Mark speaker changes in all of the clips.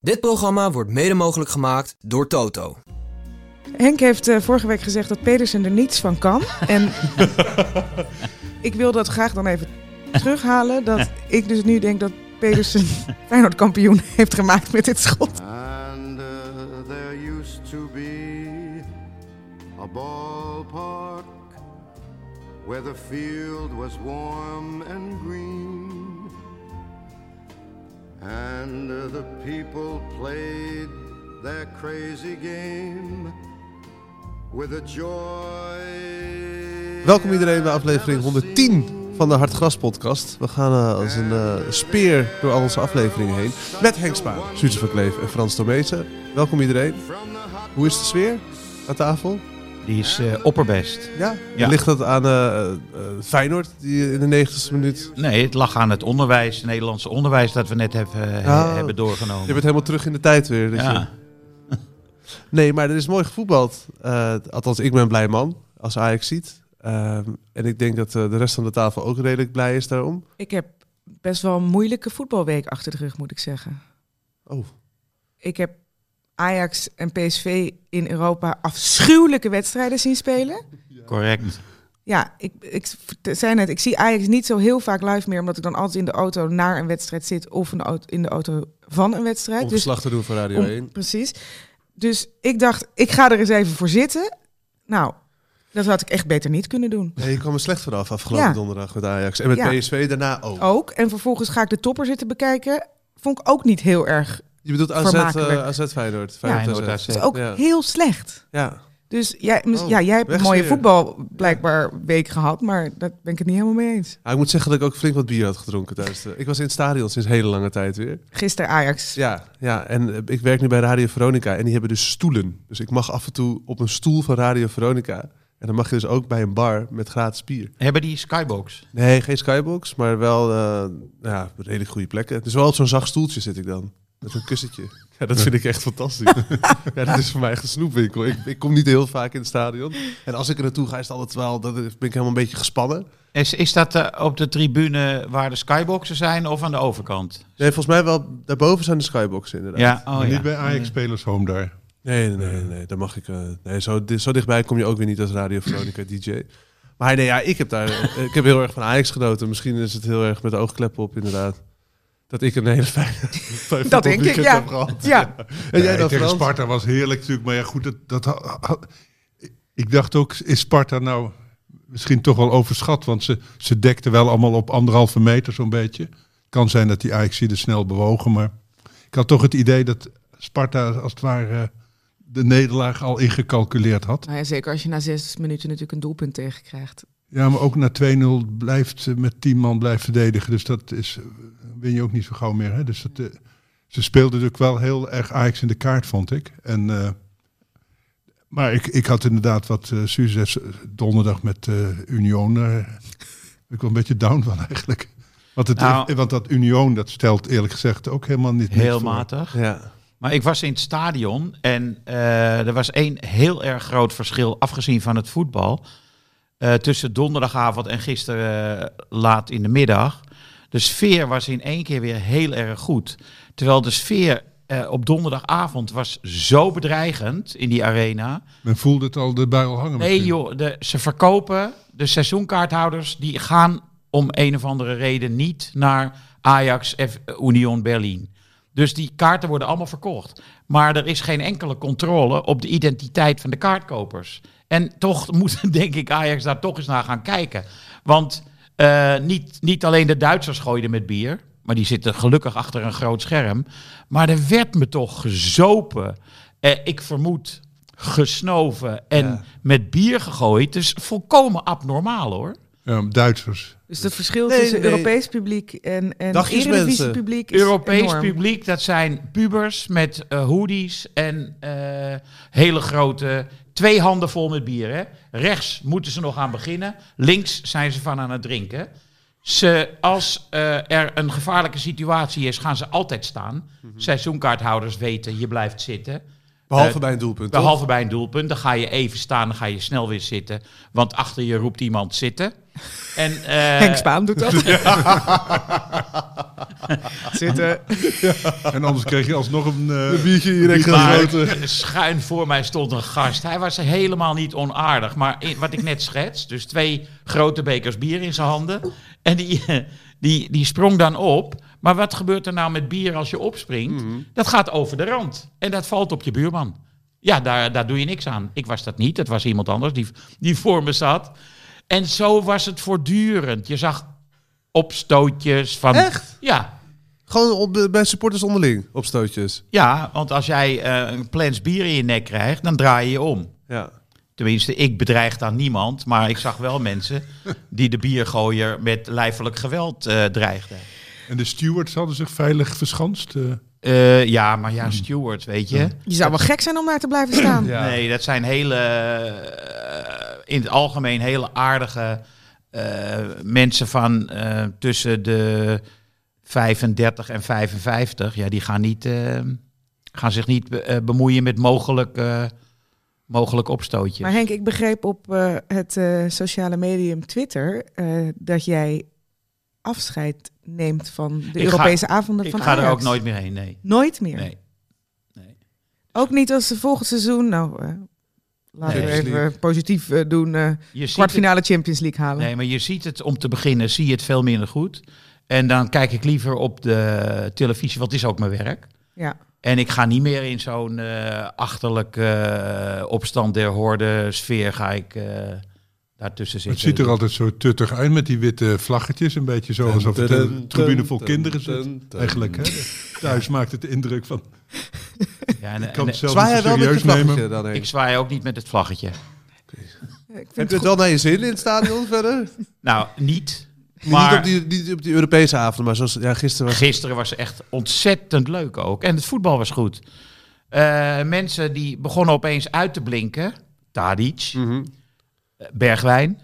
Speaker 1: Dit programma wordt mede mogelijk gemaakt door Toto.
Speaker 2: Henk heeft eh, vorige week gezegd dat Pedersen er niets van kan. En ik wil dat graag dan even terughalen. Dat ik dus nu denk dat Pedersen Feyenoord kampioen heeft gemaakt met dit schot.
Speaker 3: And uh, there used to be a ballpark where the field was warm and green. And uh, the people played their crazy game with a joy.
Speaker 4: Welkom iedereen bij aflevering
Speaker 3: never
Speaker 4: 110 van de Hartgras podcast. We gaan eh, als een eh, speer door al onze afleveringen heen. Met Henk Spaan, Suze van Kleef en Frans Tomezen. Welkom iedereen. Hoe is de sfeer aan tafel?
Speaker 5: Die is eh, opperbest.
Speaker 4: Ja?
Speaker 5: Ja.
Speaker 4: Ligt dat aan eh, eh, Feyenoord die in de 90ste minuut...
Speaker 5: Nee, het lag aan het onderwijs, het Nederlandse onderwijs dat we net hebben, eh,
Speaker 6: Oh.
Speaker 4: Ah.
Speaker 5: hebben
Speaker 4: Je
Speaker 5: doorgenomen.
Speaker 4: bent helemaal terug in de tijd weer. dat je-
Speaker 5: ja.
Speaker 4: Nee, maar er is mooi gevoetbald. Eh, althans, ik ben een blij man als Ajax ziet. Ehm, en ik denk dat eh, de rest van de tafel ook redelijk blij is daarom.
Speaker 2: Ik heb best wel een moeilijke voetbalweek achter de rug, moet ik zeggen.
Speaker 4: Oh.
Speaker 2: Ik heb Ajax en PSV in Europa afschuwelijke wedstrijden zien spelen.
Speaker 5: correct.
Speaker 2: Ja, ik, ik zei net, ik zie Ajax niet zo heel vaak live meer, omdat ik dan altijd in de auto naar een wedstrijd zit of een auto, in de auto van een wedstrijd.
Speaker 4: Om
Speaker 2: Dus
Speaker 4: verslag te doen voor Radio
Speaker 2: Om-
Speaker 4: 1.
Speaker 2: precies. Dus ik dacht, ik ga er eens even voor zitten. Nou, dat had ik echt beter niet kunnen doen.
Speaker 4: Nee, je kwam er slecht vanaf afgelopen
Speaker 2: Ja.
Speaker 4: donderdag met Ajax. En met
Speaker 2: Ja. Oh,
Speaker 4: PSV daarna ook.
Speaker 2: Ook. En vervolgens ga ik de topper zitten bekijken. Vond ik ook niet heel erg.
Speaker 4: Je bedoelt AZ,
Speaker 2: Vermakelijk.
Speaker 4: eh, AZ Feyenoord. Feyenoord
Speaker 5: Feyenoord
Speaker 4: AZ.
Speaker 5: AZ.
Speaker 2: Dus ook
Speaker 4: Ja.
Speaker 2: heel slecht.
Speaker 4: Ja.
Speaker 2: Dus jij, mis-
Speaker 4: Oh,
Speaker 2: ja, jij hebt een mooie
Speaker 4: wegsfeer.
Speaker 2: voetbal blijkbaar week gehad, maar daar ben ik het niet helemaal mee eens.
Speaker 4: Ah, ik moet zeggen dat ik ook flink wat bier had gedronken thuis. Eh, Ik was in het stadion sinds hele lange tijd weer.
Speaker 2: Gisteren Ajax.
Speaker 4: Ja, ja. en eh, ik werk nu bij Radio Veronica en die hebben dus stoelen. Dus ik mag af en toe op een stoel van Radio Veronica. En dan mag je dus ook bij een bar met gratis bier.
Speaker 5: Hebben die Skybox?
Speaker 4: Nee, geen skybox, maar wel eh ja, redelijk goede plekken. Dus wel op zo'n zacht stoeltje zit ik dan. Met zo'n kussentje. Ja, dat vind ik echt fantastisch. ja, dat is voor mij echt een snoepwinkel. Ik, ik kom niet heel vaak in het stadion. En als ik er naartoe ga, is het altijd wel... Dat, ben ik helemaal een beetje gespannen.
Speaker 5: Is, is dat eh, op de tribune waar de Skyboxen zijn of aan de overkant?
Speaker 4: Nee, volgens mij wel... Daarboven zijn de skyboxen inderdaad.
Speaker 5: Ja, oh,
Speaker 6: Maar
Speaker 5: ja.
Speaker 6: niet bij Ajax-spelers home daar.
Speaker 4: Nee, nee, nee. nee daar mag ik... eh, nee, zo, di- zo dichtbij kom je ook weer niet als Radio Veronica DJ. Maar nee, ja, ik heb daar... eh, ik heb heel erg van Ajax genoten. Misschien is het heel erg met de oogkleppen op inderdaad. Dat ik een hele fijne... fijn
Speaker 2: Dat denk ik,
Speaker 4: voetbalweekend
Speaker 2: ja.
Speaker 4: heb gehad.
Speaker 2: Ja.
Speaker 4: En jij
Speaker 6: Nee,
Speaker 4: dan,
Speaker 6: tegen
Speaker 4: Frans?
Speaker 6: Sparta was heerlijk natuurlijk. Maar ja, goed, dat, dat, ha- ha- ik dacht ook, is Sparta nou misschien toch wel overschat? Want ze, ze dekten wel allemaal op anderhalve meter zo'n beetje. Kan zijn dat die ajax er snel bewogen, maar ik had toch het idee dat Sparta als het ware de nederlaag al ingecalculeerd had.
Speaker 2: Nou ja, zeker als je na zes minuten natuurlijk een doelpunt tegenkrijgt.
Speaker 6: Ja, maar ook na 2-0 blijft eh, met 10 man blijft verdedigen. Dus dat is, eh, win je ook niet zo gauw meer. Hè? Dus dat, eh, ze speelden natuurlijk wel heel erg Ajax in de kaart, vond ik. En, eh, maar ik, ik had inderdaad wat eh Suze zegt, donderdag met eh, Union. eh, ik was een beetje down van eigenlijk. Want, het,
Speaker 5: Nou.
Speaker 6: want dat Union, dat stelt eerlijk gezegd ook helemaal niet niks
Speaker 5: Heel
Speaker 6: voor.
Speaker 5: matig.
Speaker 4: Ja.
Speaker 5: Maar ik was in het stadion en eh, er was één heel erg groot verschil, afgezien van het voetbal, eh, tussen donderdagavond en gisteren eh, laat in de middag. De sfeer was in één keer weer heel erg goed. Terwijl de sfeer eh, op donderdagavond was zo bedreigend in die arena.
Speaker 6: Men voelde het al de buil hangen
Speaker 5: Nee
Speaker 6: misschien.
Speaker 5: joh, de, ze verkopen, de seizoenkaarthouders, die gaan om een of andere reden niet naar Ajax F Union Berlin. Dus die kaarten worden allemaal verkocht. Maar er is geen enkele controle op de identiteit van de kaartkopers. En toch moet, denk ik, Ajax daar toch eens naar gaan kijken. Want eh, niet, niet alleen de Duitsers gooiden met bier, maar die zitten gelukkig achter een groot scherm. Maar er werd me toch gezopen. Eh, ik vermoed gesnoven en
Speaker 4: Ja.
Speaker 5: met bier gegooid. Dus volkomen abnormaal hoor.
Speaker 6: Ja, Duitsers.
Speaker 2: Dus het verschil
Speaker 4: Nee,
Speaker 2: tussen
Speaker 4: nee.
Speaker 2: Europees publiek en, en
Speaker 4: Dagjes mensen.
Speaker 2: Eredivisie publiek is
Speaker 5: Europees
Speaker 2: enorm.
Speaker 5: publiek, dat zijn pubers met eh, hoodies en eh, hele grote, twee handen vol met bier. Hè. Rechts moeten ze nog aan beginnen, links zijn ze van aan het drinken. Ze, als eh, er een gevaarlijke situatie is, gaan ze altijd staan. Seizoenkaarthouders weten, je blijft zitten.
Speaker 4: Behalve
Speaker 5: Eh,
Speaker 4: bij een doelpunt, toch?
Speaker 5: Behalve bij een doelpunt, dan ga je even staan, dan ga je snel weer zitten. Want achter je roept iemand zitten. En, eh,
Speaker 2: Henk Spaan doet dat. Zitten.
Speaker 6: En anders kreeg je alsnog een... eh,
Speaker 4: biertje hier
Speaker 5: maar schuin voor mij stond een gast. Hij was helemaal niet onaardig. Maar in- wat ik net schets, dus twee grote bekers bier in zijn handen. En die, eh, die, die sprong dan op. Maar wat gebeurt er nou met bier als je opspringt? Dat gaat over de rand. En dat valt op je buurman. Ja, daar, daar doe je niks aan. Ik was dat niet. Dat was iemand anders die, die voor me zat. En zo was het voortdurend. Je zag opstootjes van...
Speaker 4: Echt?
Speaker 5: Ja,
Speaker 4: Gewoon op de, bij supporters onderling, op stootjes.
Speaker 5: Ja, want als jij eh, een plens bier in je nek krijgt, dan draai je je om.
Speaker 4: Ja.
Speaker 5: Tenminste, ik bedreig dan niemand, maar ik zag wel mensen die de biergooier met lijfelijk geweld eh, dreigden.
Speaker 6: En de stewards hadden zich veilig verschanst. eh.
Speaker 5: Eh, ja, maar ja, Stewart, weet je.
Speaker 2: Je zou wel gek zijn om daar te blijven staan.
Speaker 4: Ja.
Speaker 5: Nee, dat zijn hele, eh, in het algemeen hele aardige eh, mensen van eh, tussen de 35 en 55. Ja, die gaan, niet, eh, gaan zich niet be- eh, bemoeien met mogelijk, eh, mogelijk opstootjes.
Speaker 2: Maar Henk, ik begreep op eh, het eh, sociale medium Twitter eh, dat jij afscheid neemt van de
Speaker 5: ga-
Speaker 2: Europese avonden
Speaker 5: Ik
Speaker 2: van
Speaker 5: ga er
Speaker 2: Ajax.
Speaker 5: ook nooit meer heen, nee.
Speaker 2: Nooit meer?
Speaker 5: nee.
Speaker 2: Ook niet als ze volgend seizoen... Nou, eh, laten
Speaker 5: Nee.
Speaker 2: we even positief eh, doen. eh,
Speaker 5: Je ziet het,
Speaker 2: kwartfinale Champions League halen.
Speaker 5: nee, maar je ziet het om te beginnen, zie je het veel minder goed. En dan kijk ik liever op de televisie, want het is ook mijn werk.
Speaker 2: Ja.
Speaker 5: En ik ga niet meer in zo'n eh achterlijke eh, opstand der hoorde sfeer ga ik eh, daartussen
Speaker 6: het
Speaker 5: zitten.
Speaker 6: ziet er altijd zo tuttig uit met die witte vlaggetjes. Een beetje zo alsof het een tribune vol kinderen zit. Eigenlijk, hè? Thuis maakt het de indruk van...
Speaker 5: Ja, en-
Speaker 6: Ik kan
Speaker 5: en-
Speaker 6: het zelf
Speaker 4: Zwaai
Speaker 6: niet
Speaker 4: jij wel
Speaker 6: zo
Speaker 4: met je
Speaker 6: serieus
Speaker 4: vlaggetje
Speaker 6: nemen.
Speaker 4: dan heen?
Speaker 5: ik zwaai ook niet met het vlaggetje.
Speaker 2: Ik
Speaker 4: Heb
Speaker 2: vind
Speaker 4: je het
Speaker 2: het
Speaker 4: wel naar je zin in het stadion verder?
Speaker 5: Nou, niet.
Speaker 4: Niet,
Speaker 5: Maar
Speaker 4: op die, niet op die Europese avond, maar zoals ja, gisteren was...
Speaker 5: Gisteren was echt ontzettend leuk ook. En het voetbal was goed. Eh, mensen die begonnen opeens uit te blinken. Tadic,
Speaker 6: Mm.
Speaker 4: Mhm.
Speaker 5: eh, Bergwijn.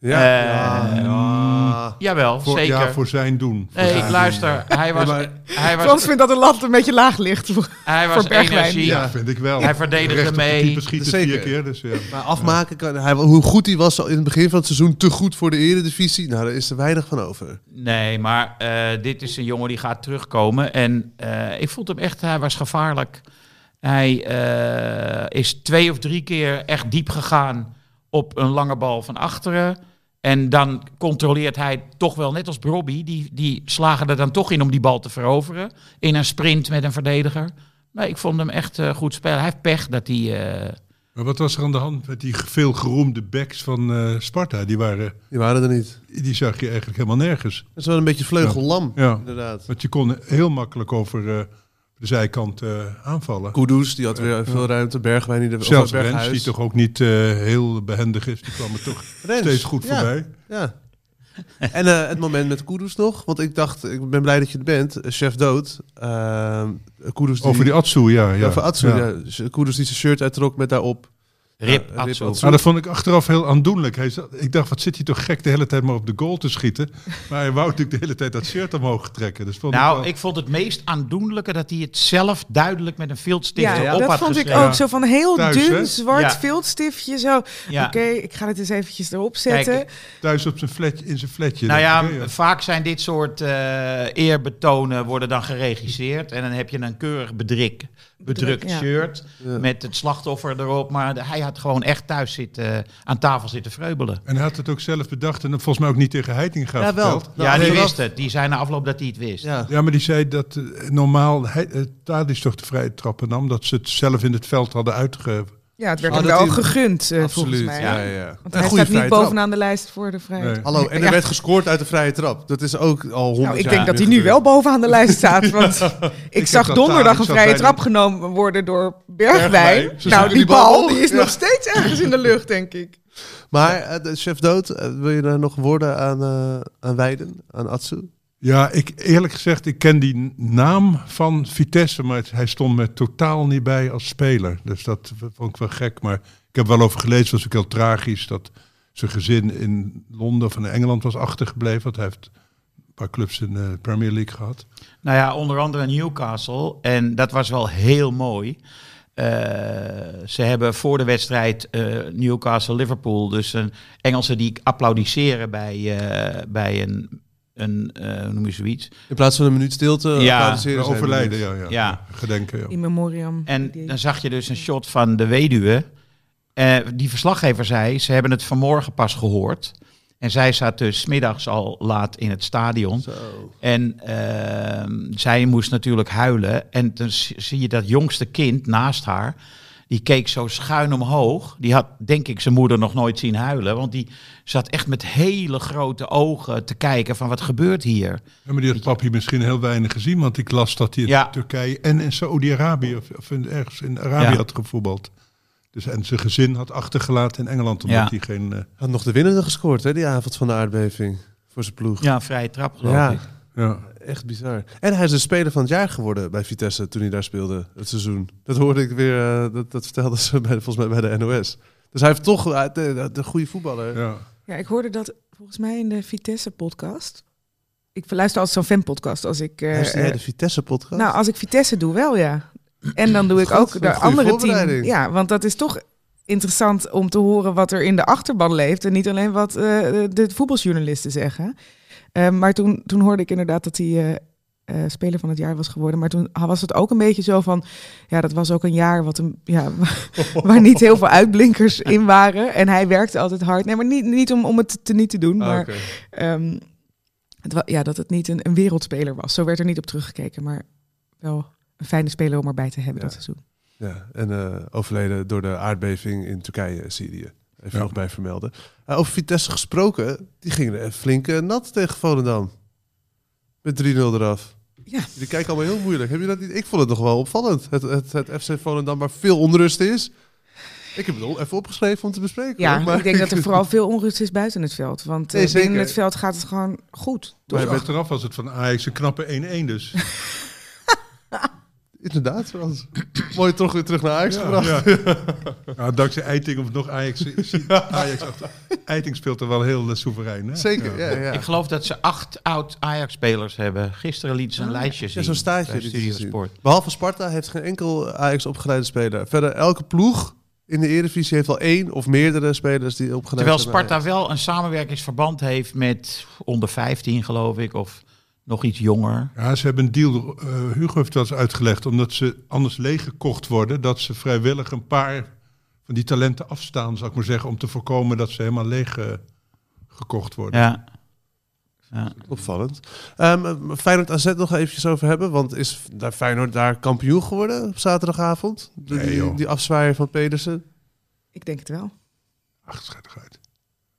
Speaker 4: Ja.
Speaker 5: Eh,
Speaker 4: ja, ja.
Speaker 5: Jawel,
Speaker 6: Voor,
Speaker 5: zeker.
Speaker 6: ja, voor zijn doen. Voor
Speaker 5: Nee,
Speaker 6: zijn doen.
Speaker 5: luister, hij was,
Speaker 6: Ja, maar-
Speaker 5: hij
Speaker 2: goed.
Speaker 5: was,
Speaker 2: Frans vindt dat de lat een beetje laag ligt.
Speaker 5: hij was
Speaker 2: voor Bergwijn.
Speaker 5: energie.
Speaker 6: Ja, vind ik wel.
Speaker 5: Hij verdedigde
Speaker 6: Recht op de
Speaker 5: mee.
Speaker 6: keeper schieten
Speaker 4: Zeker.
Speaker 6: vier keer, dus ja.
Speaker 4: Maar afmaken kan hij, wel- hoe goed hij was al in het begin van het seizoen, te goed voor de Eredivisie. Nou, daar is er weinig van over.
Speaker 5: Nee, maar eh, dit is een jongen die gaat terugkomen. En eh, ik vond hem echt, hij was gevaarlijk. Hij eh, is twee of drie keer echt diep gegaan op een lange bal van achteren. En dan controleert hij toch wel, net als Robbie, die, die slagen er dan toch in om die bal te veroveren. In een sprint met een verdediger. Maar ik vond hem echt eh, goed spelen. Hij heeft pech dat hij... eh,
Speaker 6: Maar wat was er aan de hand met die veel geroemde backs van eh, Sparta? Die, waren,
Speaker 4: Die waren er niet.
Speaker 6: die zag je eigenlijk helemaal nergens.
Speaker 4: Dat is wel een beetje vleugellam,
Speaker 6: Ja.
Speaker 4: inderdaad.
Speaker 6: Want je kon heel makkelijk over eh, de zijkant eh, aanvallen.
Speaker 4: Kudus, die had weer veel ruimte. Bergwijn, die er
Speaker 6: Zelfs
Speaker 4: of Berghuis.
Speaker 6: Rens, die toch ook niet eh, heel behendig is, die kwam er toch
Speaker 4: Rens,
Speaker 6: steeds goed
Speaker 4: ja.
Speaker 6: voorbij.
Speaker 4: Ja. En eh, het moment met Kudus nog. Want ik dacht, ik ben blij dat je er bent. Eh, Chef dood. Eh, Kudus die...
Speaker 6: Over die Atsu, ja. ja.
Speaker 4: Ja, voor Atsu,
Speaker 6: Ja.
Speaker 4: ja. Kudus die zijn shirt uittrok met daarop.
Speaker 5: Rip,
Speaker 4: Ja, Rip
Speaker 5: Atsu.
Speaker 4: Atsu.
Speaker 6: Nou, dat vond ik achteraf heel aandoenlijk. Hij zat- ik dacht, wat zit hij toch gek de hele tijd maar op de goal te schieten. Maar hij wou natuurlijk de hele tijd dat shirt omhoog trekken. Dus vond ik
Speaker 5: Nou,
Speaker 6: wel-
Speaker 5: ik vond het meest aandoenlijke dat hij het zelf duidelijk met een filtstift
Speaker 2: ja,
Speaker 5: op
Speaker 2: dat
Speaker 5: had
Speaker 2: vond ik
Speaker 5: geschreven.
Speaker 2: ook. Zo van heel
Speaker 6: Thuis,
Speaker 2: dun,
Speaker 6: hè?
Speaker 2: zwart
Speaker 5: Ja.
Speaker 2: viltstiftje. Zo,
Speaker 5: Ja.
Speaker 2: oké, ik ga het eens eventjes erop zetten.
Speaker 5: Kijk,
Speaker 6: thuis op zijn flat, in zijn flatje.
Speaker 5: nou ja,
Speaker 6: Oké,
Speaker 5: vaak zijn dit soort eh, eerbetonen worden dan geregisseerd. En dan heb je een keurig bedrik, bedrukt
Speaker 2: ja.
Speaker 5: shirt
Speaker 4: Ja.
Speaker 5: met het slachtoffer erop. Maar de- hij had gewoon echt thuis zitten, eh, aan tafel zitten vreubelen.
Speaker 6: En hij had het ook zelf bedacht en dat volgens mij ook niet tegen Heitinga
Speaker 4: Ja, wel.
Speaker 6: verteld.
Speaker 4: Nou,
Speaker 5: ja, die
Speaker 4: achteraf-
Speaker 5: wist het. Die zei na afloop dat hij het wist.
Speaker 4: Ja.
Speaker 6: Ja, maar die zei dat eh, normaal hij, eh, Tadic toch de vrije trappen nam, dat ze het zelf in het veld hadden uitge...
Speaker 2: Ja, het werd
Speaker 4: Ah,
Speaker 2: hem
Speaker 4: dat
Speaker 2: wel
Speaker 4: hij-
Speaker 2: gegund, eh, volgens
Speaker 4: Absoluut.
Speaker 2: mij.
Speaker 4: Ja, ja, ja.
Speaker 2: Want
Speaker 4: Een
Speaker 2: hij
Speaker 4: goede
Speaker 2: staat niet
Speaker 4: vrije trap.
Speaker 2: bovenaan de lijst voor de vrijheid.
Speaker 6: Nee.
Speaker 4: Hallo, en er
Speaker 2: Ja.
Speaker 4: werd gescoord uit de vrije trap. Dat is ook al honderd
Speaker 2: Nou, ik
Speaker 4: jaar
Speaker 2: denk dat hij nu
Speaker 4: gebeurd.
Speaker 2: wel bovenaan de lijst staat. Want ik,
Speaker 6: heb
Speaker 2: zag
Speaker 6: dat
Speaker 2: donderdag
Speaker 6: daar,
Speaker 2: een
Speaker 6: ik zag
Speaker 2: vrije
Speaker 6: bij de-
Speaker 2: trap genomen worden door Bergwijn.
Speaker 4: Bergwijn. Ze
Speaker 2: Nou,
Speaker 4: zoeken
Speaker 2: die
Speaker 4: die bal.
Speaker 2: bal die is
Speaker 4: Ja.
Speaker 2: nog steeds ergens in de lucht, denk ik.
Speaker 4: Maar eh, de Chef dood, eh, wil je daar nog woorden aan, eh, aan wijden? Aan Atsu?
Speaker 6: Ja, ik, eerlijk gezegd, ik ken die naam van Vitesse, maar het- hij stond me totaal niet bij als speler. Dus dat v- vond ik wel gek. Maar ik heb wel over gelezen, was ook heel tragisch, dat zijn gezin in Londen of in Engeland was achtergebleven. Want hij heeft een paar clubs in de Premier League gehad.
Speaker 5: Nou ja, onder andere Newcastle. En dat was wel heel mooi. Eh, Eh, ze hebben voor de wedstrijd eh, Newcastle-Liverpool, dus een Engelsen die applaudisseren bij, eh, bij een, een eh, hoe noem je zoiets?
Speaker 4: In plaats van een minuut stilte.
Speaker 5: Ja,
Speaker 4: applaudisseren
Speaker 6: De
Speaker 4: zij een
Speaker 6: overlijden,
Speaker 4: minuut.
Speaker 6: ja, ja.
Speaker 5: Ja.
Speaker 6: Gedenken, ja.
Speaker 2: In memoriam.
Speaker 5: En
Speaker 2: idee.
Speaker 5: dan zag je dus een shot van de weduwe. Eh, die verslaggever zei, ze hebben het vanmorgen pas gehoord. En zij zat dus 's middags al laat in het stadion.
Speaker 4: Zo.
Speaker 5: En ehm, zij moest natuurlijk huilen. En dan z- zie je dat jongste kind naast haar. Die keek zo schuin omhoog. Die had, denk ik, zijn moeder nog nooit zien huilen. Want die zat echt met hele grote ogen te kijken van wat gebeurt hier.
Speaker 6: Ja, maar die had papi misschien heel weinig gezien, want ik las dat hij in
Speaker 5: Ja.
Speaker 6: Turkije en in Saoedi-Arabië of, of in- ergens in Arabië
Speaker 5: Ja.
Speaker 6: had gevoetbald. Dus, en zijn gezin had achtergelaten in Engeland, omdat
Speaker 5: Ja.
Speaker 6: hij geen... eh,
Speaker 4: Had nog de winnende gescoord, hè, die avond van de aardbeving. Voor zijn ploeg.
Speaker 5: Ja, vrije trap geloof
Speaker 4: Ja.
Speaker 5: ik.
Speaker 6: ja.
Speaker 4: Echt bizar. En hij is de speler van het jaar geworden bij Vitesse toen hij daar speelde het seizoen. Dat hoorde ik weer, eh, dat, dat vertelde ze bij, volgens mij bij de NOS. Dus hij heeft toch eh, de, de, de goede voetballer.
Speaker 6: Ja.
Speaker 2: Ja, ik hoorde dat volgens mij in de Vitesse-podcast. Ik luister altijd zo'n fanpodcast als ik... eh,
Speaker 4: Luister jij
Speaker 2: eh,
Speaker 4: de Vitesse-podcast?
Speaker 2: nou, als ik Vitesse doe, wel ja. En dan doe ik
Speaker 4: Goed,
Speaker 2: ook
Speaker 4: een
Speaker 2: de
Speaker 4: goede
Speaker 2: andere team.
Speaker 4: voorbereiding.
Speaker 2: Ja, want dat is toch interessant om te horen wat er in de achterban leeft. En niet alleen wat eh, de voetbaljournalisten zeggen. Eh, maar toen, toen hoorde ik inderdaad dat hij eh, eh, speler van het jaar was geworden. Maar toen was het ook een beetje zo van... Ja, dat was ook een jaar wat een, ja, waar niet heel veel uitblinkers in waren. En hij werkte altijd hard. Nee, maar niet, niet om, om het te niet te doen.
Speaker 4: Ah,
Speaker 2: Maar
Speaker 4: oké.
Speaker 2: Ehm, het wa- ja, dat het niet een, een wereldspeler was. Zo werd er niet op teruggekeken, maar wel een fijne speler om erbij te hebben
Speaker 4: Ja.
Speaker 2: dat seizoen.
Speaker 4: Ja, en eh, overleden door de aardbeving in Turkije en Syrië. Even
Speaker 6: Ja.
Speaker 4: nog bij vermelden. Eh, over Vitesse gesproken, die gingen er flink eh, nat tegen Volendam. Met 3-0 eraf.
Speaker 2: Ja.
Speaker 4: Jullie kijken allemaal heel moeilijk. Heb je dat niet? Ik vond het nog wel opvallend. Het, het, het FC Volendam waar veel onrust is. Ik heb het al even opgeschreven om te bespreken.
Speaker 2: Ja,
Speaker 4: hoor, maar
Speaker 2: ik denk dat er vooral veel onrust is buiten het veld. Want eh,
Speaker 4: Nee, zeker.
Speaker 2: binnen het veld gaat het gewoon goed.
Speaker 6: Dus
Speaker 4: Maar met-
Speaker 6: achteraf was het van Ajax een knappe 1-1 dus.
Speaker 4: Inderdaad, Frans. Mooi toch weer terug naar Ajax gebracht.
Speaker 6: Ja. Ja, dankzij Eiting of nog Ajax. ik zie Ajax achter. Eiting speelt er wel heel eh, soeverein. Hè?
Speaker 4: Zeker, ja, ja.
Speaker 5: Ik geloof dat ze acht oud Ajax-spelers hebben. Gisteren liet ze een lijstje zien.
Speaker 4: Ja, zo'n staartje.
Speaker 5: bij
Speaker 4: liet
Speaker 5: Studio
Speaker 4: ze zien.
Speaker 5: Sport.
Speaker 4: Behalve Sparta heeft geen enkel Ajax opgeleide speler. Verder, elke ploeg in de Eredivisie heeft al één of meerdere spelers die opgeleid
Speaker 5: Terwijl
Speaker 4: zijn bij
Speaker 5: Sparta wel een samenwerkingsverband heeft met onder 15, geloof ik, of nog iets jonger.
Speaker 6: Ja, ze hebben een deal, eh, Hugo heeft dat eens uitgelegd, omdat ze anders leeggekocht worden, dat ze vrijwillig een paar van die talenten afstaan, zou ik maar zeggen, om te voorkomen dat ze helemaal leeg eh, gekocht worden.
Speaker 5: Ja.
Speaker 4: Ajax. Opvallend. Ehm Feyenoord AZ nog eventjes over hebben. Want is daar Feyenoord daar kampioen geworden op zaterdagavond? Door
Speaker 6: Nee,
Speaker 4: die,
Speaker 6: joh.
Speaker 4: die afzwaaier van Pedersen.
Speaker 2: Ik denk het wel.
Speaker 6: Ach, schattigheid.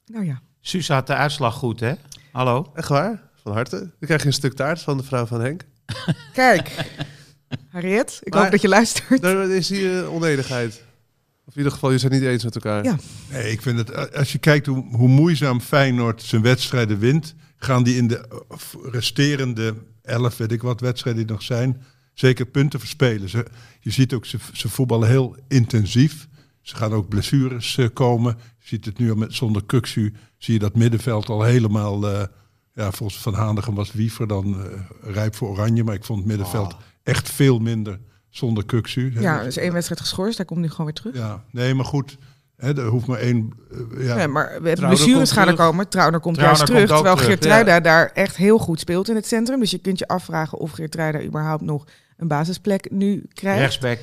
Speaker 2: Nou ja.
Speaker 5: Suus had de uitslag goed, hè? Hallo?
Speaker 4: Echt waar? Van harte. Dan krijg je een stuk taart van de vrouw van Henk.
Speaker 2: Kijk, Harriet, ik
Speaker 4: Maar-
Speaker 2: hoop dat je luistert.
Speaker 4: Daar is hier eh, onenigheid. Of in ieder geval, je zijn niet eens met elkaar. Oh,
Speaker 2: Ja.
Speaker 6: Nee, ik vind het, a- als je kijkt hoe, hoe moeizaam Feyenoord zijn wedstrijden wint, gaan die in de eh, f- resterende elf, weet ik wat, wedstrijden die nog zijn, zeker punten verspelen. Ze, je ziet ook, ze, ze voetballen heel intensief. Ze gaan ook blessures eh, komen. Je ziet het nu al met, zonder Kuksu, zie je dat middenveld al helemaal, eh, ja, volgens Van Hanegem was Wiever dan eh, rijp voor Oranje, maar ik vond het middenveld echt veel minder zonder Kuksu.
Speaker 2: Ja, dus één wedstrijd geschorst, daar komt nu gewoon weer terug.
Speaker 6: Ja, nee, maar goed. Hè, er hoeft maar één. eh, ja.
Speaker 2: Ja, maar we hebben
Speaker 4: Trauner
Speaker 2: blessures
Speaker 4: komt
Speaker 2: gaan er
Speaker 4: terug.
Speaker 2: komen. Trauner komt
Speaker 5: Trauner
Speaker 2: juist
Speaker 5: komt
Speaker 2: terug.
Speaker 5: ook
Speaker 2: Terwijl
Speaker 5: terug,
Speaker 2: Geertruida daar echt heel goed speelt in het centrum. Dus je kunt je afvragen of Geertruida überhaupt nog een basisplek nu krijgt.
Speaker 5: Rechtsback.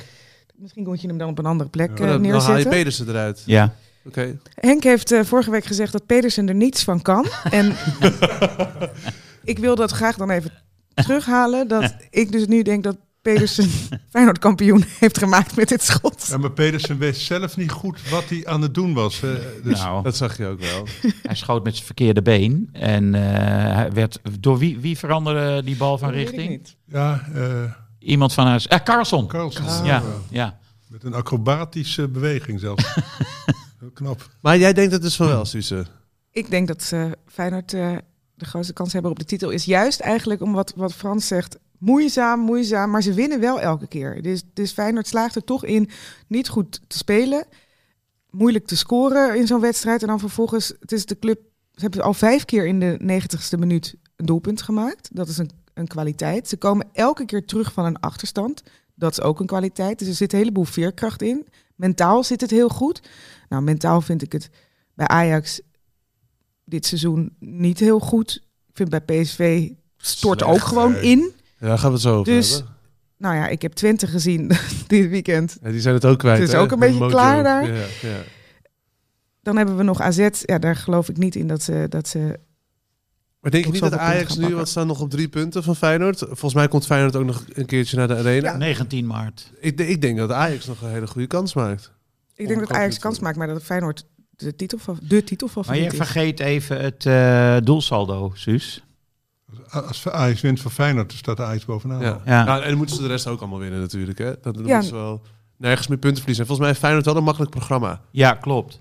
Speaker 2: Misschien moet je hem dan op een andere plek
Speaker 6: Ja.
Speaker 2: eh,
Speaker 4: Dan, dan haal je
Speaker 2: neerzetten.
Speaker 4: Pedersen eruit.
Speaker 5: Ja.
Speaker 4: Oké.
Speaker 2: Henk heeft eh, vorige week gezegd dat Pedersen er niets van kan. En ik wil dat graag dan even terughalen. Dat ik dus nu denk dat Pedersen Feyenoord kampioen heeft gemaakt met dit schot.
Speaker 6: Ja, maar Pedersen wist zelf niet goed wat hij aan het doen was. hè. Dus
Speaker 5: Nou,
Speaker 4: Dat zag je ook wel.
Speaker 5: hij schoot met zijn verkeerde been. En eh, hij werd, door wie, wie veranderde die bal van
Speaker 2: Dat weet ik
Speaker 5: richting?
Speaker 2: niet.
Speaker 6: ja, eh
Speaker 5: Iemand van huis. Eh, Carlson.
Speaker 6: Carlsen.
Speaker 5: Ja, ja.
Speaker 6: Met een acrobatische beweging zelfs. Heel knap.
Speaker 4: Maar jij denkt het dus van wel, Suze.
Speaker 2: Ik denk dat eh, Feyenoord eh, de grootste kans hebben op de titel is juist eigenlijk om wat, wat Frans zegt. Moeizaam, moeizaam, maar ze winnen wel elke keer. Dus, dus Feyenoord slaagt er toch in niet goed te spelen. Moeilijk te scoren in zo'n wedstrijd. En dan vervolgens, het is de club, ze hebben al vijf keer in de negentigste minuut een doelpunt gemaakt. Dat is een, een kwaliteit. Ze komen elke keer terug van een achterstand. Dat is ook een kwaliteit. Dus er zit een heleboel veerkracht in. Mentaal zit het heel goed. Nou, mentaal vind ik het bij Ajax dit seizoen niet heel goed. Ik vind bij PSV stort
Speaker 6: Slecht,
Speaker 2: ook gewoon
Speaker 6: eh.
Speaker 2: in.
Speaker 4: Ja, daar gaan we het zo over
Speaker 2: Dus-
Speaker 4: hebben.
Speaker 2: Nou ja, ik heb Twente gezien dit weekend.
Speaker 4: Ja, die zijn het ook kwijt.
Speaker 2: Het is
Speaker 4: hè?
Speaker 2: ook een beetje
Speaker 4: Mojo.
Speaker 2: klaar daar.
Speaker 4: Ja, ja.
Speaker 2: Dan hebben we nog AZ. Ja, daar geloof ik niet in dat ze... Dat ze
Speaker 4: Maar denk je
Speaker 2: Ook
Speaker 4: niet dat
Speaker 2: zoveel punten gaan
Speaker 4: Ajax nu,
Speaker 2: pakken.
Speaker 4: wat staan nog op drie punten van Feyenoord? Volgens mij komt Feyenoord ook nog een keertje naar de arena.
Speaker 5: 19 maart.
Speaker 4: Ik, de- ik denk dat Ajax nog een hele goede kans maakt.
Speaker 2: ik denk dat Ajax kans maakt, maar dat Feyenoord de titel van de titel van
Speaker 5: Maar je
Speaker 2: is.
Speaker 5: vergeet even het eh, doelsaldo, Suus.
Speaker 6: Als Ajax wint van Feyenoord, dan staat Ajax bovenaan.
Speaker 4: Ja.
Speaker 5: Ja.
Speaker 4: Nou, en dan moeten ze de rest ook allemaal winnen natuurlijk. Hè? Dan
Speaker 2: Ja.
Speaker 4: moeten ze wel nergens meer punten verliezen. En volgens mij heeft Feyenoord wel een makkelijk programma.
Speaker 5: Ja, klopt.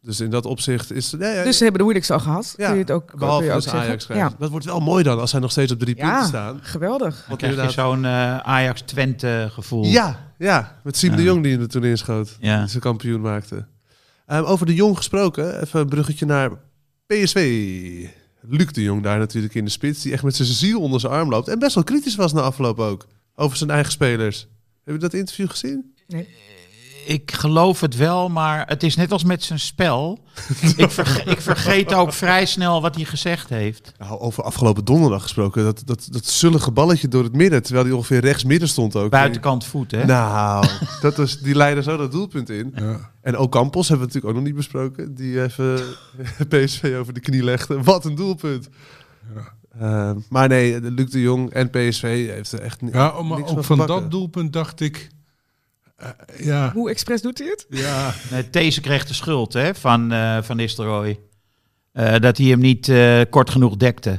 Speaker 4: Dus in dat opzicht is... Nee, ja,
Speaker 2: Dus ze hebben de moeilijkste al gehad.
Speaker 4: ja,
Speaker 2: kun je het ook, kun
Speaker 4: behalve
Speaker 2: je ook
Speaker 4: dus Ajax.
Speaker 2: zeggen. Ja,
Speaker 4: krijgt. Dat wordt wel mooi dan, als zij nog steeds op drie
Speaker 2: Ja.
Speaker 4: punten staan.
Speaker 2: geweldig.
Speaker 5: Dan
Speaker 4: Want
Speaker 5: krijg je
Speaker 4: inderdaad-
Speaker 5: zo'n eh, Ajax-Twente gevoel.
Speaker 4: Ja, ja, met Siem
Speaker 5: Ja.
Speaker 4: de Jong die hem er toen inschoot.
Speaker 5: Ja.
Speaker 4: Dat ze kampioen maakte. Ehm, over de Jong gesproken, even een bruggetje naar PSV. Luc de Jong daar natuurlijk in de spits, die echt met zijn ziel onder zijn arm loopt. En best wel kritisch was na afloop ook, over zijn eigen spelers. Heb je dat interview gezien?
Speaker 5: Ik geloof het wel, maar het is net als met zijn spel. ik, verge- ik vergeet ook vrij snel wat hij gezegd heeft.
Speaker 4: Nou, over afgelopen donderdag gesproken, dat, dat, dat zullige balletje door het midden, terwijl hij ongeveer rechts midden stond ook.
Speaker 5: Buitenkant voet, hè?
Speaker 4: Nou, dat was, die leidde zo dat doelpunt in.
Speaker 6: Ja.
Speaker 4: En Ocampos hebben we natuurlijk ook nog niet besproken. Die even PSV over de knie legde. Wat een doelpunt. Eh, maar nee, de Luc de Jong en PSV heeft er echt ni-
Speaker 6: Ja, maar
Speaker 4: niks
Speaker 6: ook
Speaker 4: van
Speaker 6: van
Speaker 4: te
Speaker 6: dat
Speaker 4: pakken.
Speaker 6: doelpunt dacht ik... eh, ja,
Speaker 2: Hoe expres doet hij het?
Speaker 6: ja,
Speaker 5: Nee, Eh, These kreeg de schuld hè, van, eh van Nistelrooy. Eh, dat hij hem niet eh, kort genoeg dekte.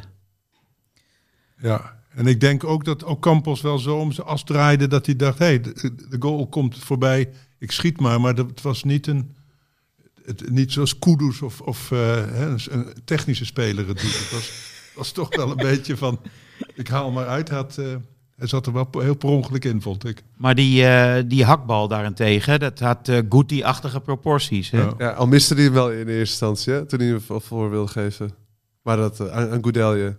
Speaker 6: ja. En ik denk ook dat Ocampos wel zo om zijn as draaide dat hij dacht... hé, hey, de, de goal komt voorbij, ik schiet maar. Maar dat was niet een... Het, niet zoals Kudus of, of eh, hè, een s- een technische speler het doet. Het was, was toch wel een beetje van... ik haal maar uit. Hij Had, eh, hij zat er wel po- heel per ongeluk in, vond ik.
Speaker 5: Maar die, eh, die hakbal daarentegen, dat had eh Guti-achtige proporties. Hè?
Speaker 6: Ja.
Speaker 4: Ja, al miste hij hem wel in eerste instantie, hè, toen hij hem voor- voor wilde geven. Maar dat eh, aan, aan Goudelje.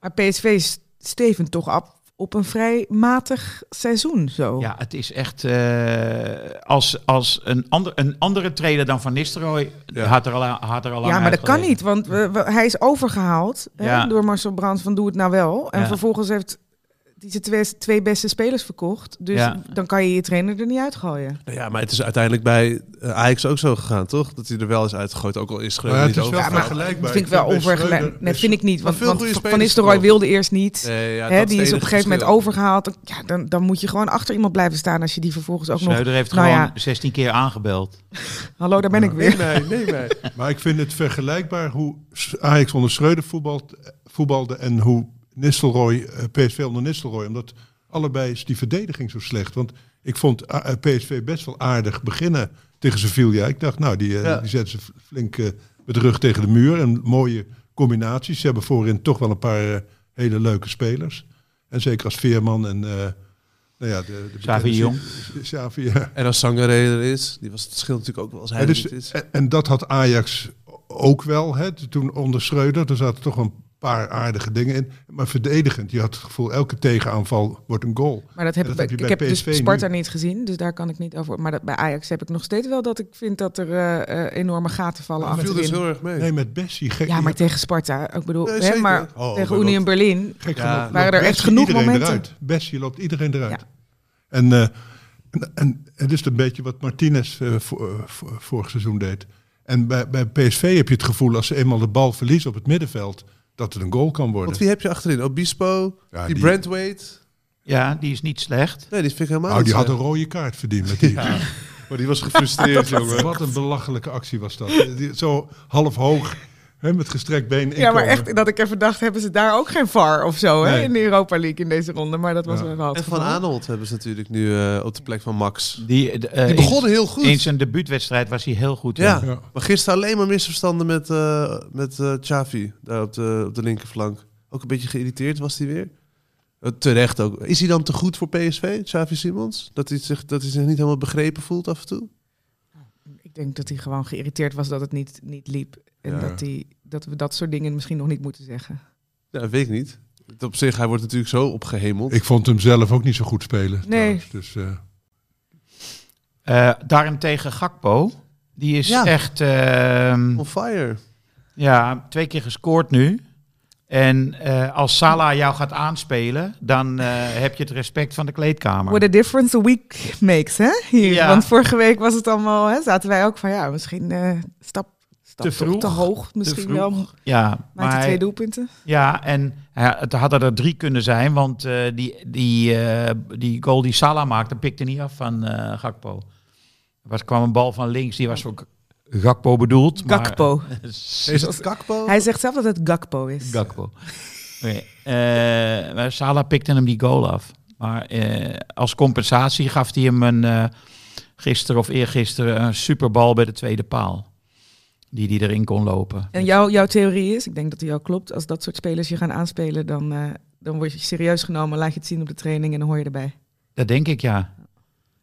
Speaker 2: Maar PSV s- stevend toch op, op een vrij matig seizoen zo.
Speaker 5: Ja, het is echt. eh, als als een, ander, een andere trainer dan Van Nistelrooy
Speaker 4: Ja.
Speaker 5: had er al, aan- had er al lang
Speaker 2: Ja, maar dat kan
Speaker 5: uitgelegen.
Speaker 2: niet, want we- we- hij is overgehaald hè,
Speaker 5: Ja.
Speaker 2: door Marcel Brands van doe het nou wel. En
Speaker 5: Ja.
Speaker 2: vervolgens heeft hij zijn twee, twee beste spelers verkocht. Dus
Speaker 5: Ja.
Speaker 2: dan kan je je trainer er niet uitgooien.
Speaker 4: Nou ja, maar het is uiteindelijk bij eh, Ajax ook zo gegaan, toch? Dat hij er wel is uitgegooid, ook al is
Speaker 6: Maar ja,
Speaker 4: het
Speaker 6: het
Speaker 4: niet
Speaker 6: is wel
Speaker 4: over.
Speaker 2: Ja, maar
Speaker 6: vergelijkbaar.
Speaker 2: Dat vind ik wel
Speaker 6: bij Schreuder
Speaker 2: onvergelijkbaar. Nee,
Speaker 6: is-
Speaker 2: vind ik niet.
Speaker 4: Maar
Speaker 2: Want,
Speaker 4: veel
Speaker 2: want
Speaker 4: goede
Speaker 2: Van
Speaker 4: spelers
Speaker 2: Nistelrooy
Speaker 4: verkocht.
Speaker 2: wilde eerst niet.
Speaker 4: Nee, ja,
Speaker 2: hè,
Speaker 4: dat
Speaker 2: die is
Speaker 4: het
Speaker 2: op een gegeven moment
Speaker 4: verschil.
Speaker 2: overgehaald. Ja, dan, dan moet je gewoon achter iemand blijven staan als je die vervolgens ook nog...
Speaker 5: Schreuder heeft
Speaker 2: Nou
Speaker 5: gewoon
Speaker 2: ja.
Speaker 5: 16 keer aangebeld.
Speaker 2: Hallo, daar ben ik weer.
Speaker 4: Nee, nee, nee. nee.
Speaker 6: Maar ik vind het vergelijkbaar hoe Ajax onder Schreuder voetbalt, eh, voetbalde en hoe Nistelrooy, eh, PSV onder Nistelrooy. Omdat allebei is die verdediging zo slecht. Want ik vond A- eh, PSV best wel aardig beginnen tegen Sevilla. Ik dacht, nou, die, eh,
Speaker 4: Ja.
Speaker 6: die zetten ze flink eh, met de rug tegen de muur. En mooie combinaties. Ze hebben voorin toch wel een paar eh, hele leuke spelers. En zeker als Veerman en... eh, nou ja, de, de
Speaker 5: Xavi
Speaker 6: bekende-
Speaker 5: Jong.
Speaker 6: Xavi, ja.
Speaker 4: En als Sangaré er is, die was het verschil natuurlijk ook wel als hij
Speaker 6: Ja,
Speaker 4: er
Speaker 6: dus-
Speaker 4: niet is.
Speaker 6: en, en dat had Ajax ook wel. Hè? Toen onder Schreuder, er zaten toch een paar aardige dingen in. Maar verdedigend, je had het gevoel, elke tegenaanval wordt een goal.
Speaker 2: Maar dat heb
Speaker 6: Ja,
Speaker 2: ik, bij-
Speaker 6: dat heb je
Speaker 2: ik
Speaker 6: bij
Speaker 2: heb dus
Speaker 6: PSV
Speaker 2: Sparta
Speaker 6: nu.
Speaker 2: niet gezien, dus daar kan ik niet over. Maar dat, bij Ajax heb ik nog steeds wel dat ik vind dat er eh, eh, enorme gaten vallen
Speaker 4: Hij viel dus
Speaker 2: achterin.
Speaker 4: heel erg mee.
Speaker 6: Nee, met Bessie. Gek,
Speaker 2: Ja, maar tegen Sparta. Ik bedoel,
Speaker 4: Nee,
Speaker 2: hè,
Speaker 4: zeker.
Speaker 2: maar
Speaker 6: Oh,
Speaker 2: tegen
Speaker 6: maar
Speaker 2: Unie in
Speaker 6: dat-
Speaker 2: Berlin.
Speaker 6: gek
Speaker 4: Ja.
Speaker 6: genoeg
Speaker 2: Waren
Speaker 6: loopt
Speaker 2: er echt
Speaker 6: Bessie
Speaker 2: genoeg
Speaker 6: iedereen
Speaker 2: momenten?
Speaker 6: Eruit. Bessie loopt iedereen eruit.
Speaker 2: Ja.
Speaker 6: En, eh, en, en het is een beetje wat Martinez eh, vo- eh, vo- vorig seizoen deed. En bij, bij PSV heb je het gevoel, als ze eenmaal de bal verliezen op het middenveld, dat het een goal kan worden.
Speaker 4: Want wie heb je achterin? Obispo,
Speaker 6: Ja,
Speaker 4: die,
Speaker 6: die-
Speaker 4: Brandweight.
Speaker 5: Ja, die is niet slecht.
Speaker 4: Nee, die vind ik helemaal
Speaker 6: Nou,
Speaker 4: niet
Speaker 6: die had
Speaker 4: zo.
Speaker 6: een rode kaart verdiend met die.
Speaker 4: Maar die was gefrustreerd, jongen.
Speaker 6: Wat een belachelijke actie was dat. Die- Zo half hoog, hè, met gestrekt been
Speaker 2: Ja, maar
Speaker 6: inkomen.
Speaker 2: echt dat ik even dacht, hebben ze daar ook geen VAR of zo hè,
Speaker 6: Nee.
Speaker 2: in de Europa League in deze ronde. Maar dat was
Speaker 6: Ja.
Speaker 2: wel het
Speaker 4: En Van
Speaker 2: geval.
Speaker 4: Aanholt hebben ze natuurlijk nu eh, op de plek van Max.
Speaker 5: Die, de- eh,
Speaker 4: Die
Speaker 5: in-
Speaker 4: begonnen heel goed.
Speaker 5: in, zijn debuutwedstrijd was hij heel goed.
Speaker 4: ja.
Speaker 6: Ja.
Speaker 4: maar gisteren alleen maar misverstanden met, eh met eh Xavi, daar op de, op de linkerflank. Ook een beetje geïrriteerd was hij weer. Eh, terecht ook. Is hij dan te goed voor PSV, Xavi Simons? Dat hij, zich, dat hij zich niet helemaal begrepen voelt af en toe?
Speaker 2: Ik denk dat hij gewoon geïrriteerd was dat het niet, niet liep. En
Speaker 4: Ja.
Speaker 2: dat, hij, dat we dat soort dingen misschien nog niet moeten zeggen.
Speaker 4: Ja, weet ik niet. op zich, hij wordt natuurlijk zo opgehemeld.
Speaker 6: Ik vond hem zelf ook niet zo goed spelen.
Speaker 2: Nee.
Speaker 6: trouwens. Dus, eh,
Speaker 5: Eh, daarentegen Gakpo, die is
Speaker 4: Ja.
Speaker 5: echt ehm,
Speaker 4: On fire.
Speaker 5: ja, twee keer gescoord nu. En eh, als Salah jou gaat aanspelen, dan eh, heb je het respect van de kleedkamer.
Speaker 2: What a difference a week makes, hè? Hier.
Speaker 5: Ja.
Speaker 2: Want vorige week was het allemaal, hè, zaten wij ook van ja, misschien eh, stap, stap
Speaker 5: Te
Speaker 2: toch
Speaker 5: vroeg.
Speaker 2: te hoog. Misschien
Speaker 5: vroeg.
Speaker 2: wel.
Speaker 5: ja,
Speaker 2: Maakt hij
Speaker 5: maar,
Speaker 2: twee doelpunten.
Speaker 5: ja, en ja, het hadden er drie kunnen zijn, want eh, die, die, eh, die goal die Salah maakte, pikte niet af van eh, Gakpo. Er was, kwam een bal van links, die was voor Gakpo bedoeld. maar-
Speaker 2: Gakpo.
Speaker 4: Is het Kakpo?
Speaker 2: Hij zegt zelf dat het Gakpo is.
Speaker 5: Gakpo. Oké, eh, maar Salah pikte hem die goal af. Maar eh, als compensatie gaf hij hem een, eh gisteren of eergisteren een superbal bij de tweede paal. Die hij erin kon lopen.
Speaker 2: En jouw jouw theorie is, ik denk dat die al klopt, als dat soort spelers je gaan aanspelen, dan, eh, dan word je serieus genomen, laat je het zien op de training en dan hoor je erbij.
Speaker 5: Dat denk ik ja.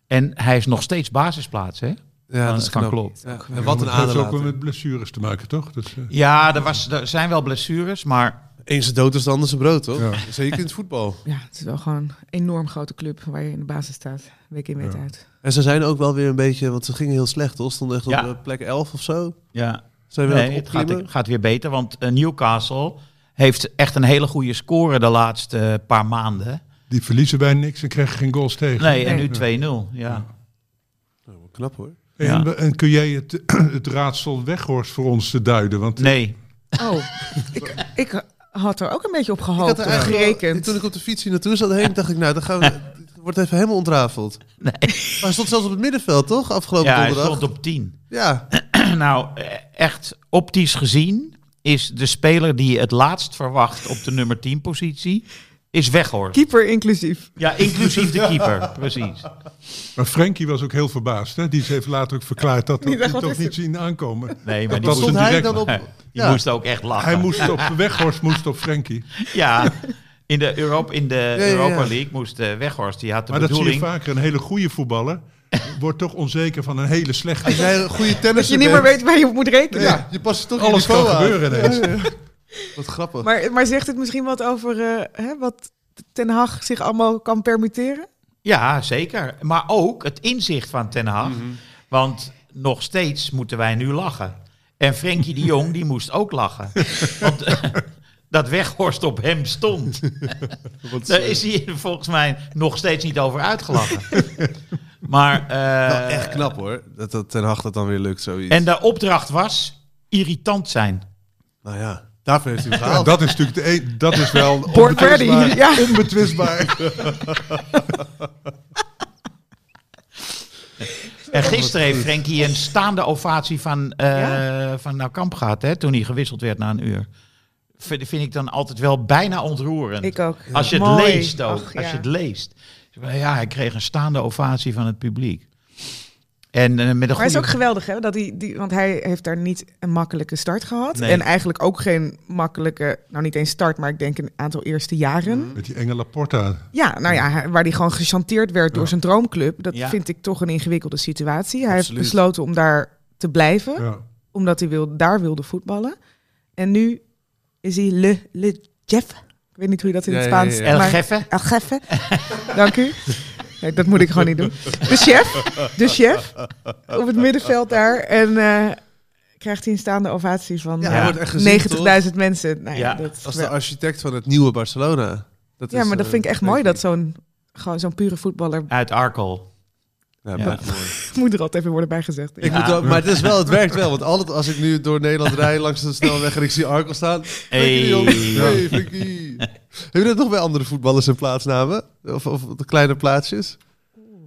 Speaker 5: En hij is nog steeds basisplaats, hè?
Speaker 4: Ja,
Speaker 5: Van-
Speaker 4: dat is
Speaker 5: van
Speaker 4: knap.
Speaker 5: Klopp.
Speaker 4: Ja, En wat een
Speaker 6: Het heeft ook wel
Speaker 4: aanrader.
Speaker 6: met blessures te maken, toch? Dus, eh,
Speaker 5: Ja, er, was, er zijn wel blessures, maar
Speaker 4: Eens een dood is de ander zijn brood, toch?
Speaker 6: Ja.
Speaker 4: Zeker in het voetbal.
Speaker 2: Ja, het is wel gewoon een enorm grote club waar je in de basis staat, week in week uit.
Speaker 4: En ze zijn ook wel weer een beetje, want ze gingen heel slecht, toch? Stonden echt
Speaker 5: Ja.
Speaker 4: op eh, plek 11 of zo.
Speaker 5: ja,
Speaker 4: Zijn we aan
Speaker 5: nee,
Speaker 4: het
Speaker 5: het gaat,
Speaker 4: opklimmen?
Speaker 5: gaat weer beter. Want eh, Newcastle heeft echt een hele goede score de laatste eh, paar maanden.
Speaker 6: die verliezen bij niks en krijgen geen goals tegen.
Speaker 5: Nee, en
Speaker 2: Nee.
Speaker 5: nu 2-0. Ja.
Speaker 4: Nou, wel knap hoor.
Speaker 6: En,
Speaker 5: Ja.
Speaker 6: we- en kun jij het, het raadsel weghorst voor ons te duiden? Want
Speaker 5: Nee,
Speaker 2: Oh, ik, ik had er ook een beetje op
Speaker 4: Ik
Speaker 2: gehoopt,
Speaker 4: er
Speaker 2: of
Speaker 4: eigenlijk wel-
Speaker 2: gerekend.
Speaker 4: eh, toen ik op de fiets hier naartoe zat heen, dacht ik, nou, dan gaan we, het wordt even helemaal ontrafeld.
Speaker 5: Nee.
Speaker 4: Maar hij stond zelfs op het middenveld, toch? Afgelopen
Speaker 5: ja, hij
Speaker 4: donderdag.
Speaker 5: stond op 10.
Speaker 4: Ja,
Speaker 5: nou, eh, echt optisch gezien is de speler die je het laatst verwacht op de nummer 10 positie, is Weghorst.
Speaker 2: Keeper inclusief.
Speaker 5: Ja, inclusief de keeper, precies.
Speaker 6: Maar Frankie was ook heel verbaasd. Hè? Die is- heeft later ook verklaard dat
Speaker 2: Die
Speaker 6: hij
Speaker 2: dacht, wat
Speaker 6: toch
Speaker 2: is
Speaker 6: niet zien aankomen.
Speaker 5: Nee, maar die
Speaker 6: Dat
Speaker 5: moest,
Speaker 4: stond
Speaker 6: een
Speaker 4: hij
Speaker 6: direct-
Speaker 4: dan op...
Speaker 5: die
Speaker 4: Ja.
Speaker 5: moest ook echt lachen.
Speaker 6: Hij moest op Weghorst moest op Frankie.
Speaker 5: Ja, in de, Europa, in de
Speaker 4: ja, ja.
Speaker 5: Europa League moest eh, Weghorst, die had de
Speaker 6: Maar dat zie je
Speaker 5: bedoeling...
Speaker 6: vaker. Een hele goede voetballer wordt toch onzeker van een hele
Speaker 4: Als
Speaker 6: slechte.
Speaker 4: jij een goede tennis
Speaker 2: Dat je niet meer weet waar je op moet rekenen.
Speaker 4: Ja, je past toch
Speaker 6: Alles
Speaker 4: je niveau
Speaker 6: kan
Speaker 4: aan.
Speaker 6: gebeuren ineens.
Speaker 4: Ja, ja. Wat grappig.
Speaker 2: Maar, maar zegt het misschien wat over eh, hè, wat Ten Hag zich allemaal kan permitteren?
Speaker 5: Ja, zeker. Maar ook het inzicht van Ten Hag. Want nog steeds moeten wij nu lachen. En Frenkie de Jong, die moest ook lachen. Want eh, dat Weghorst op hem stond. Daar is hij volgens mij nog steeds niet over uitgelachen. Maar, eh,
Speaker 4: Wel Nou, echt knap hoor, dat, dat Ten Hag dat dan weer lukt, zoiets.
Speaker 5: En de opdracht was irritant zijn.
Speaker 4: Nou ja, daarvoor heeft hij hem
Speaker 6: Ja,
Speaker 4: gehaald.
Speaker 6: dat is natuurlijk de een- dat is wel
Speaker 2: Born ready. Ja.
Speaker 6: onbetwistbaar.
Speaker 5: En gisteren heeft Frenkie een staande ovatie van, eh
Speaker 2: Ja.
Speaker 5: van Nou Kamp gehad, hè, toen hij gewisseld werd na een uur. Vind, vind ik dan altijd wel bijna ontroerend.
Speaker 2: Ik ook.
Speaker 5: Als je het
Speaker 2: Mooi.
Speaker 5: leest ook.
Speaker 2: Ach,
Speaker 5: Als
Speaker 2: ja.
Speaker 5: je het leest. Ja, hij kreeg een staande ovatie van het publiek. En eh, met een
Speaker 2: Maar het is ook
Speaker 5: goede...
Speaker 2: geweldig, hè? Dat hij, die, want hij heeft daar niet een makkelijke start gehad.
Speaker 5: Nee.
Speaker 2: En eigenlijk ook geen makkelijke, nou niet eens start, maar ik denk een aantal eerste jaren.
Speaker 3: Mm.
Speaker 6: Met die enge Laporta.
Speaker 2: Ja, nou ja, hij- waar hij gewoon gechanteerd werd door
Speaker 6: Ja.
Speaker 2: zijn droomclub. Dat
Speaker 5: Ja.
Speaker 2: vind ik toch een ingewikkelde situatie. Hij heeft
Speaker 4: Absoluut.
Speaker 2: besloten om daar te blijven,
Speaker 6: Ja.
Speaker 2: omdat hij wil, daar wilde voetballen. En nu is hij Le, le Jeff. Ik weet niet hoe je dat in het
Speaker 4: Ja, ja, ja,
Speaker 2: Spaans...
Speaker 4: ja.
Speaker 5: El
Speaker 2: maar-
Speaker 5: Jefe.
Speaker 2: El Jefe. Dank u. Nee, dat moet ik gewoon niet doen. De chef, de chef op het middenveld daar. En eh, krijgt hij een staande ovatie van
Speaker 4: Ja,
Speaker 5: hij
Speaker 2: eh,
Speaker 5: wordt
Speaker 4: echt gezien,
Speaker 2: 90.000 mensen. Nou, ja,
Speaker 5: Ja,
Speaker 2: dat,
Speaker 4: Als de architect van het nieuwe Barcelona. Dat
Speaker 2: ja,
Speaker 4: is,
Speaker 2: maar dat
Speaker 4: eh,
Speaker 2: vind ik echt
Speaker 4: denk
Speaker 2: mooi dat zo'n gewoon zo'n pure voetballer
Speaker 5: Uit Arkel.
Speaker 4: Ja,
Speaker 5: Ja.
Speaker 4: blijft mooi.
Speaker 2: moet er altijd even worden bijgezegd.
Speaker 4: Ik moet wel- maar het, is wel, het werkt wel, want altijd als ik nu door Nederland rijd langs de snelweg en ik zie Arkel staan.
Speaker 5: Hey.
Speaker 4: Hey, hey Frankie. Heb je dat nog bij andere voetballers in plaatsnamen? Of, of de kleine plaatsjes?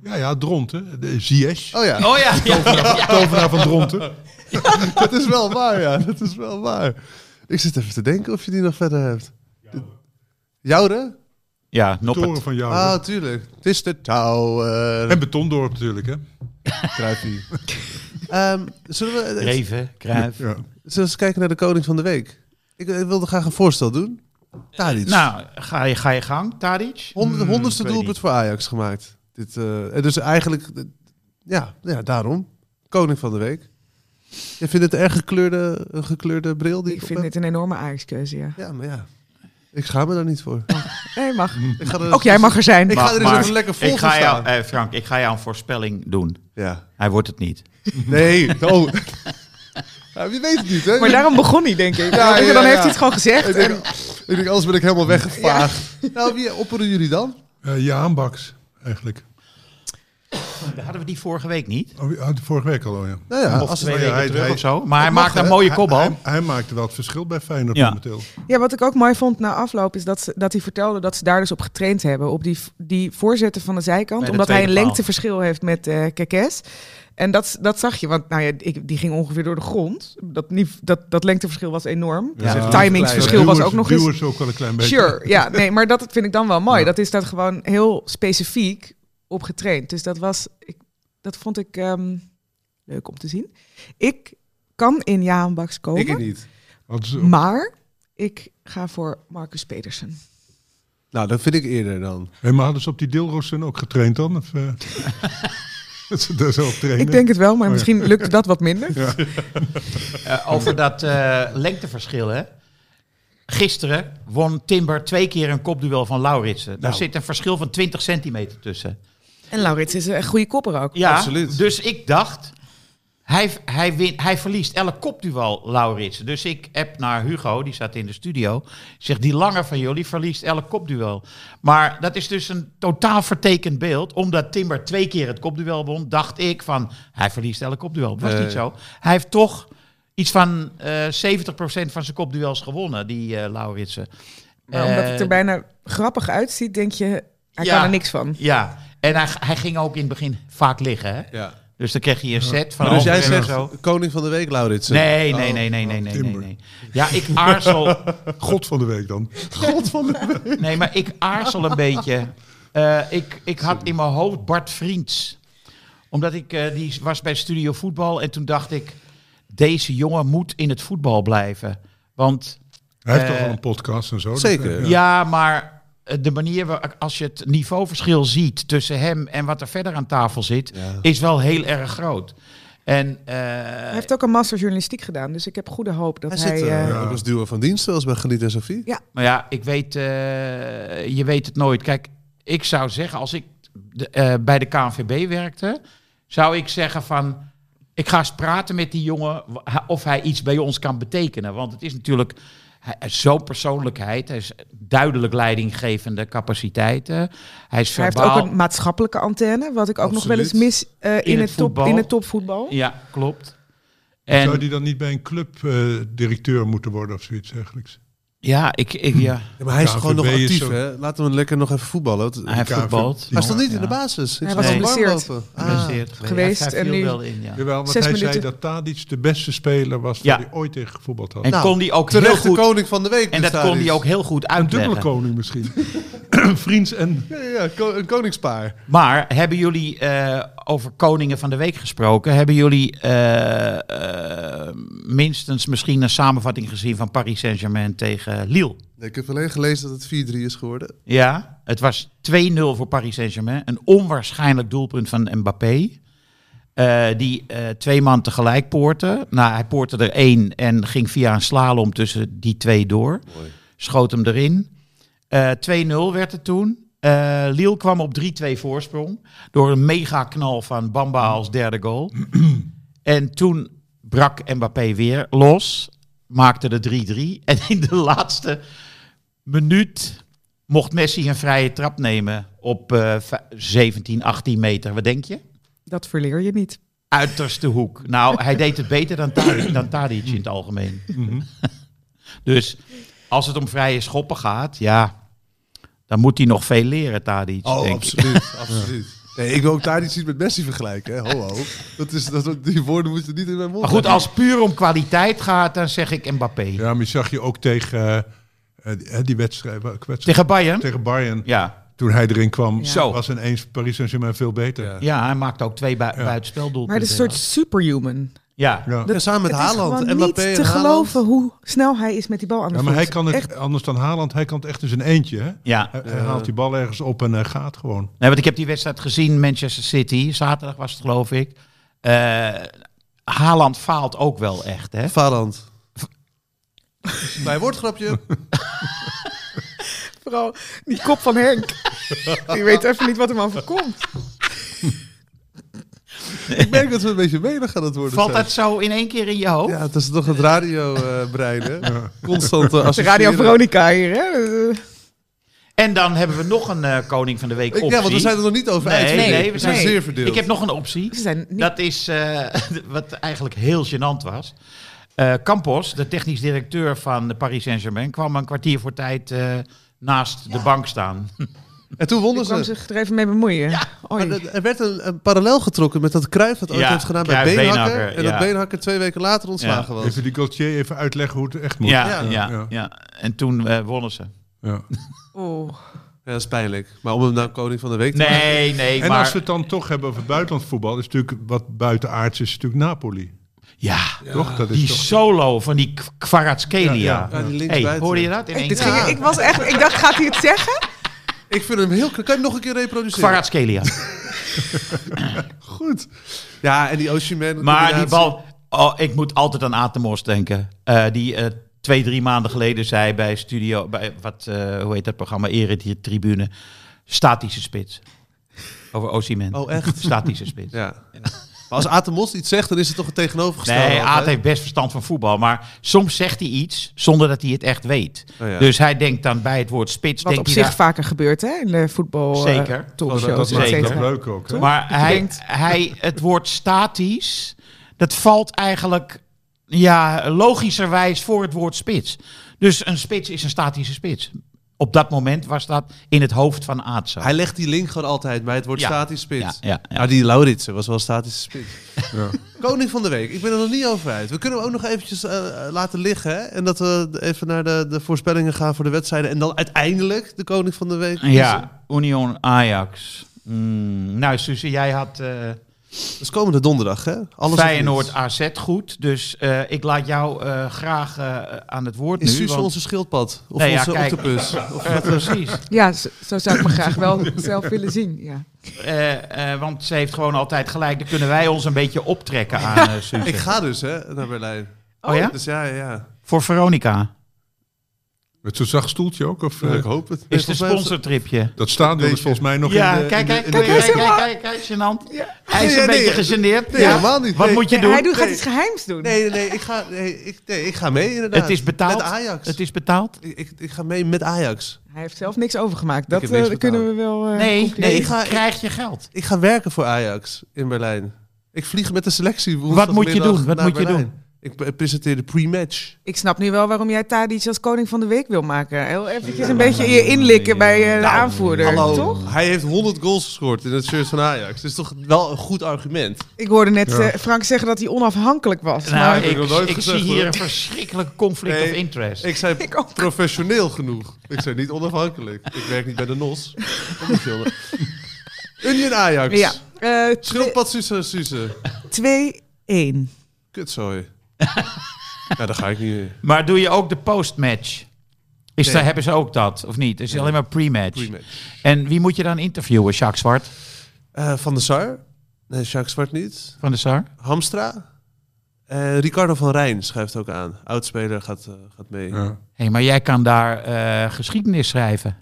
Speaker 6: Ja, ja, Dronten. De Ziyech.
Speaker 4: Oh ja,
Speaker 5: Oh ja, ja, ja.
Speaker 6: Tovenaar van Dronten.
Speaker 4: dat is wel waar, ja. Dat is wel waar. Ik zit even te denken of je die nog verder hebt. Joure?
Speaker 5: ja Noppert.
Speaker 6: Toren van jou.
Speaker 4: Ah, tuurlijk. Het is de touwer.
Speaker 6: En Betondorp natuurlijk, hè?
Speaker 4: Kruipie. Ehm, zullen, we, zullen
Speaker 5: Reven, Cruijff.
Speaker 6: Ja.
Speaker 4: we eens kijken naar de koning van de week? Ik, ik wilde graag een voorstel doen. Tadic.
Speaker 5: Nou, ga je, ga je gang, Tadic?
Speaker 4: Hond-
Speaker 5: Hmm,
Speaker 4: honderdste
Speaker 5: ik weet
Speaker 4: doelpunt voor Ajax gemaakt. Dit, eh, en dus eigenlijk, eh, ja, ja, daarom. Koning van de week. Je vindt het een erg gekleurde, een gekleurde bril? Die
Speaker 2: Ik vind dit een enorme ajax ja.
Speaker 4: Ja, maar ja. Ik ga me daar niet voor.
Speaker 5: Oh.
Speaker 2: Nee, mag.
Speaker 4: Ik ga er
Speaker 2: Ook jij mag er zijn.
Speaker 4: Ik ga er eens
Speaker 5: Maar-
Speaker 4: even lekker vol
Speaker 5: ik
Speaker 4: voor
Speaker 5: ga jou,
Speaker 4: staan.
Speaker 5: eh, Frank, ik ga jou een voorspelling doen.
Speaker 4: Ja.
Speaker 5: Hij wordt het niet.
Speaker 4: Nee, oh. Ja, wie weet het niet, hè?
Speaker 2: Maar daarom begon hij, denk ik.
Speaker 4: Ja, ja,
Speaker 2: dan heeft
Speaker 4: ja.
Speaker 2: hij het gewoon gezegd.
Speaker 4: Ik denk, ik denk, anders ben ik helemaal weggevaagd. Nou, wie opperen jullie dan?
Speaker 6: Eh Jaan Baks, eigenlijk.
Speaker 5: Hadden we die vorige week niet?
Speaker 6: Oh, ja, vorige week al, oh ja.
Speaker 4: Nou ja,
Speaker 5: of
Speaker 4: als het
Speaker 5: twee
Speaker 6: ja,
Speaker 5: weken
Speaker 6: hij-
Speaker 5: terug
Speaker 6: hij-
Speaker 5: of zo. Maar hij
Speaker 4: mag,
Speaker 5: maakt een
Speaker 4: hè?
Speaker 5: mooie
Speaker 6: Hij-
Speaker 5: kopbal.
Speaker 6: Hij, hij maakte wel het verschil bij Feyenoord
Speaker 5: Ja.
Speaker 6: momenteel.
Speaker 2: Ja, wat ik ook mooi vond na afloop is dat, ze, dat hij vertelde dat ze daar dus op getraind hebben. Op die, die voorzetten van de zijkant.
Speaker 5: Bij de
Speaker 2: omdat hij een
Speaker 5: tweede paal.
Speaker 2: lengteverschil heeft met eh Kekes. En dat, dat zag je, want nou ja, ik, die ging ongeveer door de grond. Dat, niet- dat, dat lengteverschil was enorm. Dus
Speaker 6: Ja.
Speaker 2: Het timingsverschil
Speaker 6: Duwers-
Speaker 2: was ook nog eens...
Speaker 6: Duwers ook wel een klein beetje.
Speaker 2: Sure, ja. Nee, maar dat vind ik dan wel mooi. Dat is dat gewoon heel specifiek op getraind. Dus dat was... Ik, dat vond ik ehm, leuk om te zien. Ik kan in Jaan Baks komen.
Speaker 4: Ik het niet.
Speaker 6: Hadden ze-
Speaker 2: Maar ik ga voor Marcus Pedersen.
Speaker 4: Nou, dat vind ik eerder dan.
Speaker 6: Hé, maar hadden ze op die Dilrossen ook getraind dan? Of, eh, dat ze daar zo op trainen?
Speaker 2: Ik denk het wel, maar
Speaker 6: ja.
Speaker 2: misschien lukte dat wat minder.
Speaker 5: Eh, over dat eh, lengteverschil, hè. Gisteren won Timber twee keer een kopduel van Lauritsen. Daar
Speaker 4: Nou.
Speaker 5: zit een verschil van 20 centimeter tussen.
Speaker 2: En Laurits is een goede kopper ook.
Speaker 5: Ja,
Speaker 4: Absoluut.
Speaker 5: dus ik dacht... Hij, hij, win, hij verliest elk kopduel, Lauritsen. Dus ik app naar Hugo, die zat in de studio. Zegt, die langer van jullie verliest elk kopduel. Maar dat is dus een totaal vertekend beeld. Omdat Timber twee keer het kopduel won, dacht ik van... Hij verliest elk kopduel. Dat was
Speaker 4: Nee.
Speaker 5: niet zo. Hij heeft toch iets van eh 70% van zijn kopduels gewonnen, die eh Lauritsen.
Speaker 2: Maar Nou, omdat
Speaker 5: Eh,
Speaker 2: het er bijna grappig uitziet, denk je, hij
Speaker 5: Ja.
Speaker 2: kan er niks van.
Speaker 5: Ja, en hij, hij ging ook in het begin vaak liggen, hè?
Speaker 4: Ja.
Speaker 5: Dus dan kreeg je een set van
Speaker 4: Maar dus
Speaker 5: half
Speaker 4: jij
Speaker 5: uur en
Speaker 4: zegt
Speaker 5: zo.
Speaker 4: koning van de week, Lauritsen.
Speaker 5: Nee, nee, nee, nee, nee, nee, nee,
Speaker 6: Timber.
Speaker 5: nee. Ja, ik aarzel.
Speaker 6: God van de week dan.
Speaker 4: God van de week.
Speaker 5: Nee, maar ik aarzel een beetje. Eh, ik, ik had in mijn hoofd Bart Vriends. Omdat ik, eh, die was bij Studio Voetbal. En toen dacht ik, deze jongen moet in het voetbal blijven. Want
Speaker 6: Hij heeft toch
Speaker 5: Eh,
Speaker 6: al een podcast en zo. dat- eh,
Speaker 4: zeker.
Speaker 5: ja, maar eh, de manier, waar, als je het niveauverschil ziet tussen hem en wat er verder aan tafel zit,
Speaker 4: Ja.
Speaker 5: is wel heel erg groot. En eh,
Speaker 2: Hij heeft ook een master journalistiek gedaan, dus ik heb goede hoop dat
Speaker 4: Hij
Speaker 2: hij...
Speaker 4: zit eh,
Speaker 2: eh,
Speaker 4: ook als duo van dienst, zoals bij Geniet en Sophie.
Speaker 5: Maar ja, ik weet, eh, je weet het nooit. Kijk, ik zou zeggen, als ik de- eh, bij de KNVB werkte, zou ik zeggen van, ik ga eens praten met die jongen w- ha- of hij iets bij ons kan betekenen. Want het is natuurlijk hij is zo'n persoonlijkheid, hij is duidelijk leidinggevende capaciteiten. Hij is
Speaker 2: hij heeft
Speaker 5: verbaal.
Speaker 2: ook een maatschappelijke antenne, wat ik ook nog wel eens
Speaker 4: Absoluut.
Speaker 2: mis eh, in,
Speaker 5: In het
Speaker 2: het top,
Speaker 5: voetbal.
Speaker 2: in het topvoetbal.
Speaker 5: Ja, klopt. En
Speaker 6: Zou die dan niet bij een club eh, directeur moeten worden of zoiets dergelijks?
Speaker 5: ja, ik, ik ja,
Speaker 4: Ja, maar hij is
Speaker 6: KNVB
Speaker 4: gewoon nog
Speaker 6: is
Speaker 4: actief,
Speaker 6: zo-
Speaker 4: hè? Laten we hem lekker nog even voetballen. want-
Speaker 5: hij
Speaker 6: KNVB.
Speaker 5: voetbalt.
Speaker 4: hij stond niet in de
Speaker 5: Ja.
Speaker 4: basis. Ik
Speaker 2: Hij
Speaker 4: zag
Speaker 2: was
Speaker 4: hem warm
Speaker 2: geblesseerd.
Speaker 4: lopen. Ah.
Speaker 5: Geblesseerd
Speaker 2: Geweest
Speaker 5: Hij
Speaker 2: en
Speaker 5: viel
Speaker 2: nu-
Speaker 5: wel in, ja.
Speaker 6: Jawel, want
Speaker 2: Zes
Speaker 6: hij zei
Speaker 2: minuten.
Speaker 6: dat Tadic de beste speler was
Speaker 5: Ja.
Speaker 6: die hij ooit tegen gevoetbald had.
Speaker 5: En
Speaker 4: Nou,
Speaker 5: kon die ook heel
Speaker 4: Terecht de
Speaker 5: goed...
Speaker 4: koning van de week.
Speaker 5: En dat
Speaker 4: dus
Speaker 5: kon hij
Speaker 4: daar
Speaker 5: ook
Speaker 4: is.
Speaker 5: heel goed
Speaker 6: een
Speaker 5: uitleggen.
Speaker 6: dubbele koning misschien. Vriends en...
Speaker 4: Ja, ja, ko- een koningspaar.
Speaker 5: Maar hebben jullie eh, over koningen van de week gesproken? Hebben jullie eh, eh, minstens misschien een samenvatting gezien van Paris Saint-Germain tegen Lille?
Speaker 4: Nee, ik heb alleen gelezen dat het 4-3 is geworden.
Speaker 5: Ja, het was 2-0 voor Paris Saint-Germain. Een onwaarschijnlijk doelpunt van Mbappé. Eh, die eh, twee man tegelijk poorte. Nou, hij poorte er één en ging via een slalom tussen die twee door.
Speaker 4: Mooi.
Speaker 5: Schoot hem erin. Eh, 2-0 werd het toen. Eh Lille kwam op 3-2 voorsprong. Door een mega knal van Bamba als derde goal. en toen brak Mbappé weer los. Maakte de 3-3. En in de laatste minuut mocht Messi een vrije trap nemen op eh, va- 17, 18 meter. Wat denk je?
Speaker 2: Dat verleer je niet.
Speaker 5: Uiterste hoek. Nou, hij deed het beter dan Tadic, dan Tadic in het algemeen. dus als het om vrije schoppen gaat, ja, dan moet hij nog veel leren, Tadic.
Speaker 4: Oh,
Speaker 5: denk ik.
Speaker 4: absoluut. absoluut. Nee, ik wil ook daar niet met Messi vergelijken. Hè. Ho, ho. Dat is, dat, die woorden moet je niet in mijn mond
Speaker 5: Maar goed,
Speaker 4: leggen.
Speaker 5: als het puur om kwaliteit gaat, dan zeg ik Mbappé.
Speaker 6: Ja, maar je zag je ook tegen eh, eh, die- eh, die wedstrijd, welke wedstrijd?
Speaker 5: Tegen Bayern?
Speaker 6: tegen Bayern.
Speaker 5: Ja.
Speaker 6: Toen hij erin kwam,
Speaker 5: Zo.
Speaker 6: was ineens Paris Saint-Germain veel beter. Ja.
Speaker 5: ja, hij maakt ook twee bui buitenspeldoelpunten.
Speaker 2: Maar het is een soort superhuman.
Speaker 5: Ja.
Speaker 4: Ja, samen met
Speaker 2: Het is
Speaker 4: Haaland.
Speaker 2: gewoon
Speaker 4: Mbappé en
Speaker 2: niet te
Speaker 4: Haaland.
Speaker 2: geloven hoe snel hij is met die bal aan de
Speaker 6: Ja, maar
Speaker 2: voet.
Speaker 6: hij kan het,
Speaker 2: Echt,
Speaker 6: anders dan Haaland, hij kan het echt in zijn eentje. Hè?
Speaker 5: ja.
Speaker 6: Hij, hij haalt die bal ergens op en hij gaat gewoon.
Speaker 5: Nee, want ik heb die wedstrijd gezien, Manchester City. Zaterdag was het, geloof ik. Eh Haaland faalt ook wel echt, hè?
Speaker 4: Valand. Bij woordgrapje.
Speaker 2: Vooral die kop van Henk. Die weet even niet wat hem overkomt.
Speaker 4: Ik merk dat we een beetje menig aan het worden
Speaker 5: Valt
Speaker 4: zijn.
Speaker 5: dat zo in één keer in je hoofd?
Speaker 4: Ja, het is toch het radiobrein, hè? Constant eh,
Speaker 2: De
Speaker 4: associëren.
Speaker 2: Radio Veronica hier, hè? Eh,
Speaker 5: En dan hebben we nog een eh, Koning van de Week
Speaker 4: Ik-
Speaker 5: optie.
Speaker 4: Ja, want we zijn er nog niet over
Speaker 5: nee,
Speaker 4: uit.
Speaker 5: nee,
Speaker 4: verdeeld.
Speaker 5: we
Speaker 4: we
Speaker 5: zijn
Speaker 4: zijn zeer verdeeld.
Speaker 5: Ik heb nog een optie.
Speaker 2: Ze zijn niet...
Speaker 5: Dat is eh, wat eigenlijk heel gênant was. Eh, Campos, de technisch directeur van de Paris Saint-Germain, kwam een kwartier voor tijd eh, naast de bank staan.
Speaker 4: En toen
Speaker 2: Ik
Speaker 4: wonnen
Speaker 2: kwam
Speaker 4: ze.
Speaker 2: zich er even mee bemoeien. Oei.
Speaker 4: Maar er- er werd een, een parallel getrokken met dat Cruijff dat ooit
Speaker 5: Ja,
Speaker 4: heeft gedaan bij
Speaker 5: Cruijff,
Speaker 4: Beenhakker.
Speaker 5: Beenhakker,
Speaker 4: En
Speaker 5: ja.
Speaker 4: dat Beenhakker twee weken later ontslagen was.
Speaker 6: Even die Gaultier even uitleggen hoe het echt moet.
Speaker 5: Ja, ja, ja,
Speaker 6: Ja.
Speaker 5: En toen eh, wonnen ze.
Speaker 6: Ja.
Speaker 2: Oeh.
Speaker 4: Ja, dat is pijnlijk. Maar om hem nou koning van de week te maken...
Speaker 5: Nee, nee,
Speaker 6: En
Speaker 5: maar...
Speaker 6: als we het dan toch hebben over buitenlandsvoetbal, is natuurlijk wat buitenaards is natuurlijk Napoli.
Speaker 5: Ja,
Speaker 6: toch? Dat is
Speaker 5: die
Speaker 6: Dus toch...
Speaker 5: solo van die K- Kvaratskhelia.
Speaker 6: Ja,
Speaker 4: Ja, die
Speaker 5: Hey,
Speaker 4: linksbuiten.
Speaker 5: hoorde je dat? Ah, In één
Speaker 2: Dit
Speaker 5: keer?
Speaker 2: ging- ik, was echt, ik dacht, gaat hij het zeggen?
Speaker 4: Ik vind hem heel... Kan je hem nog een keer reproduceren?
Speaker 5: Kvaratskhelia.
Speaker 4: Goed. Ja, en die Osimhen.
Speaker 5: Maar die
Speaker 4: combinatie.
Speaker 5: bal... Oh, ik moet altijd aan Atemos denken. Eh, die eh, twee, drie maanden geleden zei bij Studio... Bij, wat, eh, hoe heet dat programma? Erit Tribune. Statische spits. Over Osimhen.
Speaker 4: Oh, echt?
Speaker 5: Statische spits.
Speaker 4: Ja. Maar als Atemos iets zegt, dan is het toch het tegenovergestelde.
Speaker 5: Nee,
Speaker 4: altijd?
Speaker 5: Aad heeft best verstand van voetbal. Maar soms zegt hij iets zonder dat hij het echt weet.
Speaker 4: Oh ja.
Speaker 5: Dus hij denkt dan bij het woord spits...
Speaker 2: Wat
Speaker 5: denkt
Speaker 2: op
Speaker 5: hij
Speaker 2: zich
Speaker 5: daar-
Speaker 2: vaker gebeurt, hè? In de voetbal eh,
Speaker 5: Zeker.
Speaker 6: dat, dat
Speaker 2: talkshows, et
Speaker 6: maakt het
Speaker 2: cetera.
Speaker 6: ook leuk ook. Hè?
Speaker 5: Maar hij,
Speaker 2: denkt-
Speaker 5: hij, het woord statisch, dat valt eigenlijk ja, logischerwijs voor het woord spits. Dus een spits is een statische spits. Op dat moment was dat in het hoofd van Aad zo.
Speaker 4: Hij legt die link gewoon altijd bij het woord
Speaker 5: Ja.
Speaker 4: statisch spits. Nou,
Speaker 5: Ja, ja, ja.
Speaker 4: Maar Ah, die Lauritsen was wel statische spits.
Speaker 6: Ja.
Speaker 4: Koning van de Week. Ik ben er nog niet over uit. We kunnen hem ook nog eventjes eh, eh, laten liggen. Hè? En dat we even naar de, de voorspellingen gaan voor de wedstrijden. En dan uiteindelijk de Koning van de Week. Dus, eh, kiezen.
Speaker 5: Ja, Union Ajax. Mm, nou, Suze, jij had eh
Speaker 4: Dat is komende donderdag, hè? Alles of
Speaker 5: Feyenoord
Speaker 4: niets.
Speaker 5: AZ goed. Dus eh, ik laat jou eh, graag eh, aan het woord
Speaker 4: Is
Speaker 5: nu.
Speaker 4: Suus
Speaker 5: want-
Speaker 4: onze schildpad? Of
Speaker 5: Nee, ja,
Speaker 4: onze
Speaker 5: kijk.
Speaker 4: octopus?
Speaker 5: Eh, precies.
Speaker 2: Ja, zo, zo zou ik me graag wel zelf willen zien. Ja.
Speaker 5: Eh, eh, want ze heeft gewoon altijd gelijk. Dan kunnen wij ons een beetje optrekken aan eh Suze.
Speaker 4: Ik ga dus, hè, naar Berlijn.
Speaker 5: Oh ja?
Speaker 4: Dus ja, ja.
Speaker 5: Voor Veronica.
Speaker 6: Met zo'n zacht stoeltje ook? Of,
Speaker 4: ja.
Speaker 6: eh,
Speaker 4: Ik hoop het.
Speaker 5: Is de
Speaker 4: Volgens mij heeft-
Speaker 5: sponsortripje.
Speaker 6: dat stadion is
Speaker 4: Beetje.
Speaker 6: volgens mij nog
Speaker 5: Ja,
Speaker 6: in de...
Speaker 5: kijk,
Speaker 6: in de-
Speaker 5: kijk,
Speaker 6: in de-
Speaker 5: kijk, kijk,
Speaker 2: Hij is
Speaker 5: kijk, kijk, kijk, gênant. Hij is
Speaker 4: Nee,
Speaker 5: een
Speaker 4: nee,
Speaker 5: beetje gegeneerd.
Speaker 4: Nee, helemaal niet.
Speaker 5: Wat
Speaker 4: Nee.
Speaker 5: moet je
Speaker 2: Ja, hij
Speaker 5: doen?
Speaker 2: doet, gaat iets geheims doen.
Speaker 4: Nee, nee, nee, ik ga, nee, ik, nee, ik ga mee inderdaad.
Speaker 5: Het is betaald.
Speaker 4: Met Ajax.
Speaker 5: Het is betaald.
Speaker 4: ik, ik, ik ga mee met Ajax.
Speaker 2: Hij heeft zelf niks overgemaakt. Dat
Speaker 4: heb niks
Speaker 2: eh,
Speaker 4: betaald.
Speaker 2: kunnen we wel. eh,
Speaker 5: Nee,
Speaker 2: concluderen.
Speaker 5: nee,
Speaker 4: ik ga-
Speaker 5: krijg je geld.
Speaker 4: Ik ga werken voor Ajax in Berlijn. Ik vlieg met de selectie
Speaker 5: Wat moet je doen? Wat moet je
Speaker 4: doen? Ik pre- presenteer de pre-match.
Speaker 2: Ik snap nu wel waarom jij Tadic als koning van de week wil maken. Heel eventjes een beetje je inlikken bij eh, de
Speaker 5: Nou,
Speaker 2: aanvoerder,
Speaker 4: Hallo,
Speaker 2: toch?
Speaker 4: Oh. hij heeft 100 goals gescoord in het shirt van Ajax. Dat is toch wel een goed argument.
Speaker 2: Ik hoorde net
Speaker 6: Ja.
Speaker 2: eh, Frank zeggen dat hij onafhankelijk was.
Speaker 5: Nou,
Speaker 2: maar
Speaker 5: ik,
Speaker 4: heb nog nooit
Speaker 5: ik zie
Speaker 4: gezegd,
Speaker 5: hier
Speaker 4: hoor.
Speaker 5: een verschrikkelijke conflict
Speaker 4: Nee,
Speaker 5: of interest.
Speaker 4: Ik zei
Speaker 2: Ik ook.
Speaker 4: professioneel genoeg. Ik zei niet onafhankelijk. Ik werk niet bij de NOS. Kom op, jongen. Union Ajax.
Speaker 2: ja, eh,
Speaker 4: Schildpad Suze Suze.
Speaker 2: 2-1.
Speaker 4: Kutzooi. ja, daar ga ik niet meer.
Speaker 5: Maar doe je ook de postmatch? Is
Speaker 4: Nee.
Speaker 5: daar, hebben ze ook dat, of niet? Is het alleen maar pre-match?
Speaker 4: Pre-match.
Speaker 5: en wie moet je dan interviewen? Jacques Zwart
Speaker 4: Eh, van de Sar. Nee, Jacques Zwart niet.
Speaker 5: van de Sar?
Speaker 4: Hamstra. Eh, Ricardo van Rijn schrijft ook aan. Oudspeler gaat, eh, gaat mee.
Speaker 6: Ja.
Speaker 5: Hé, maar jij kan daar eh, geschiedenis schrijven.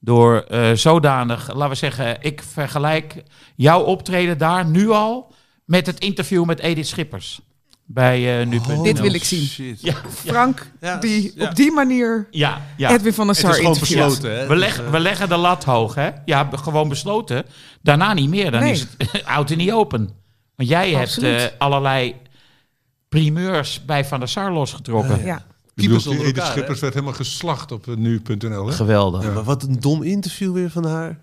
Speaker 5: Door eh, zodanig, laten we zeggen, ik vergelijk jouw optreden daar nu al met het interview met Edith Schippers. Bij eh nu.nl.
Speaker 2: Oh. Dit wil ik zien.
Speaker 4: Shit.
Speaker 5: Ja, ja,
Speaker 2: Frank,
Speaker 4: Ja,
Speaker 2: die
Speaker 4: ja.
Speaker 2: op die manier
Speaker 5: ja, ja.
Speaker 2: Edwin van der
Speaker 4: Het is
Speaker 2: Sar
Speaker 4: gewoon
Speaker 2: interviewt.
Speaker 4: besloten, hè?
Speaker 5: We, leggen- we leggen de lat hoog, hè? Ja, b- gewoon besloten. Daarna niet meer. Dan
Speaker 2: Nee.
Speaker 5: is het out en niet open. Want jij
Speaker 2: Absoluut.
Speaker 5: hebt eh, allerlei primeurs bij Van der Sar losgetrokken.
Speaker 2: Ja.
Speaker 6: Ik bedoel,
Speaker 4: Keepers
Speaker 6: die
Speaker 4: onder
Speaker 6: Edith
Speaker 4: elkaar,
Speaker 6: Schippers werd helemaal geslacht op eh, nu.nl. hè?
Speaker 5: Geweldig.
Speaker 4: Ja, maar wat een dom interview weer van haar.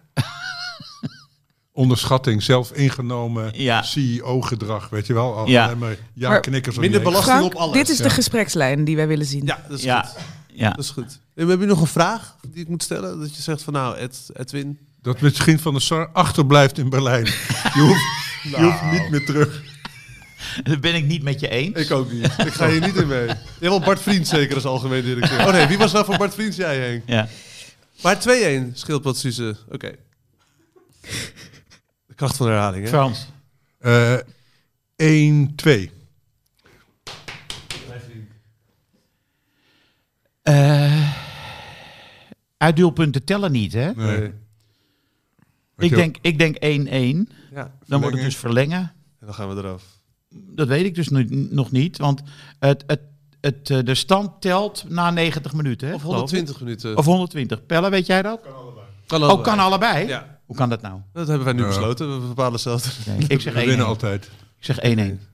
Speaker 6: Onderschatting, zelf ingenomen
Speaker 5: Ja.
Speaker 6: CEO-gedrag, weet je wel. Al,
Speaker 5: Ja.
Speaker 6: alleen maar ja
Speaker 2: Maar
Speaker 6: knikkers om
Speaker 4: minder
Speaker 6: je heen.
Speaker 4: belasting
Speaker 2: Frank,
Speaker 4: op alles.
Speaker 2: dit is
Speaker 6: Ja.
Speaker 2: de gesprekslijn die wij willen zien.
Speaker 4: Ja, dat is
Speaker 5: Ja,
Speaker 4: goed.
Speaker 5: ja.
Speaker 4: Dat is goed. En heb je nog een vraag die ik moet stellen? Dat je zegt van nou, Ed, Edwin.
Speaker 6: Dat misschien Van der Sar achterblijft in Berlijn. Je hoeft, je hoeft
Speaker 4: Nou.
Speaker 6: niet meer terug.
Speaker 5: Dat ben ik niet met je eens.
Speaker 4: ook niet. Ik ga hier niet in mee. Je wil Bart Vriend zeker als algemeen directeur. Oh nee, wie was nou voor Bart Vriend? Jij Henk.
Speaker 5: Ja.
Speaker 4: Maar 2-1, Schildpad Suze. Oké. De kracht van de herhaling, hè?
Speaker 5: Frans.
Speaker 6: Eh 1, 2.
Speaker 5: Eh, Uitdeelpunten tellen niet, hè?
Speaker 6: Nee.
Speaker 4: Nee.
Speaker 6: Weet
Speaker 5: Ik
Speaker 6: je
Speaker 5: denk, ik denk 1-1.
Speaker 4: Ja,
Speaker 5: Dan wordt het dus verlengen.
Speaker 4: En dan gaan we eraf.
Speaker 5: Dat weet ik dus nu, nog niet. Want het, het, het, eh, de stand telt na 90 minuten. Hè,
Speaker 4: Of
Speaker 5: geloof ik?
Speaker 4: 120 minuten.
Speaker 5: Of 120. Pelle, weet jij dat?
Speaker 4: kan
Speaker 5: Oh, kan allebei?
Speaker 4: Ja,
Speaker 5: Hoe kan dat nou?
Speaker 4: dat hebben wij nu
Speaker 6: Ja.
Speaker 4: besloten. We bepalen zelf.
Speaker 5: Nee, ik zeg
Speaker 6: We winnen
Speaker 5: 1-1.
Speaker 6: altijd.
Speaker 5: Ik zeg 1-1.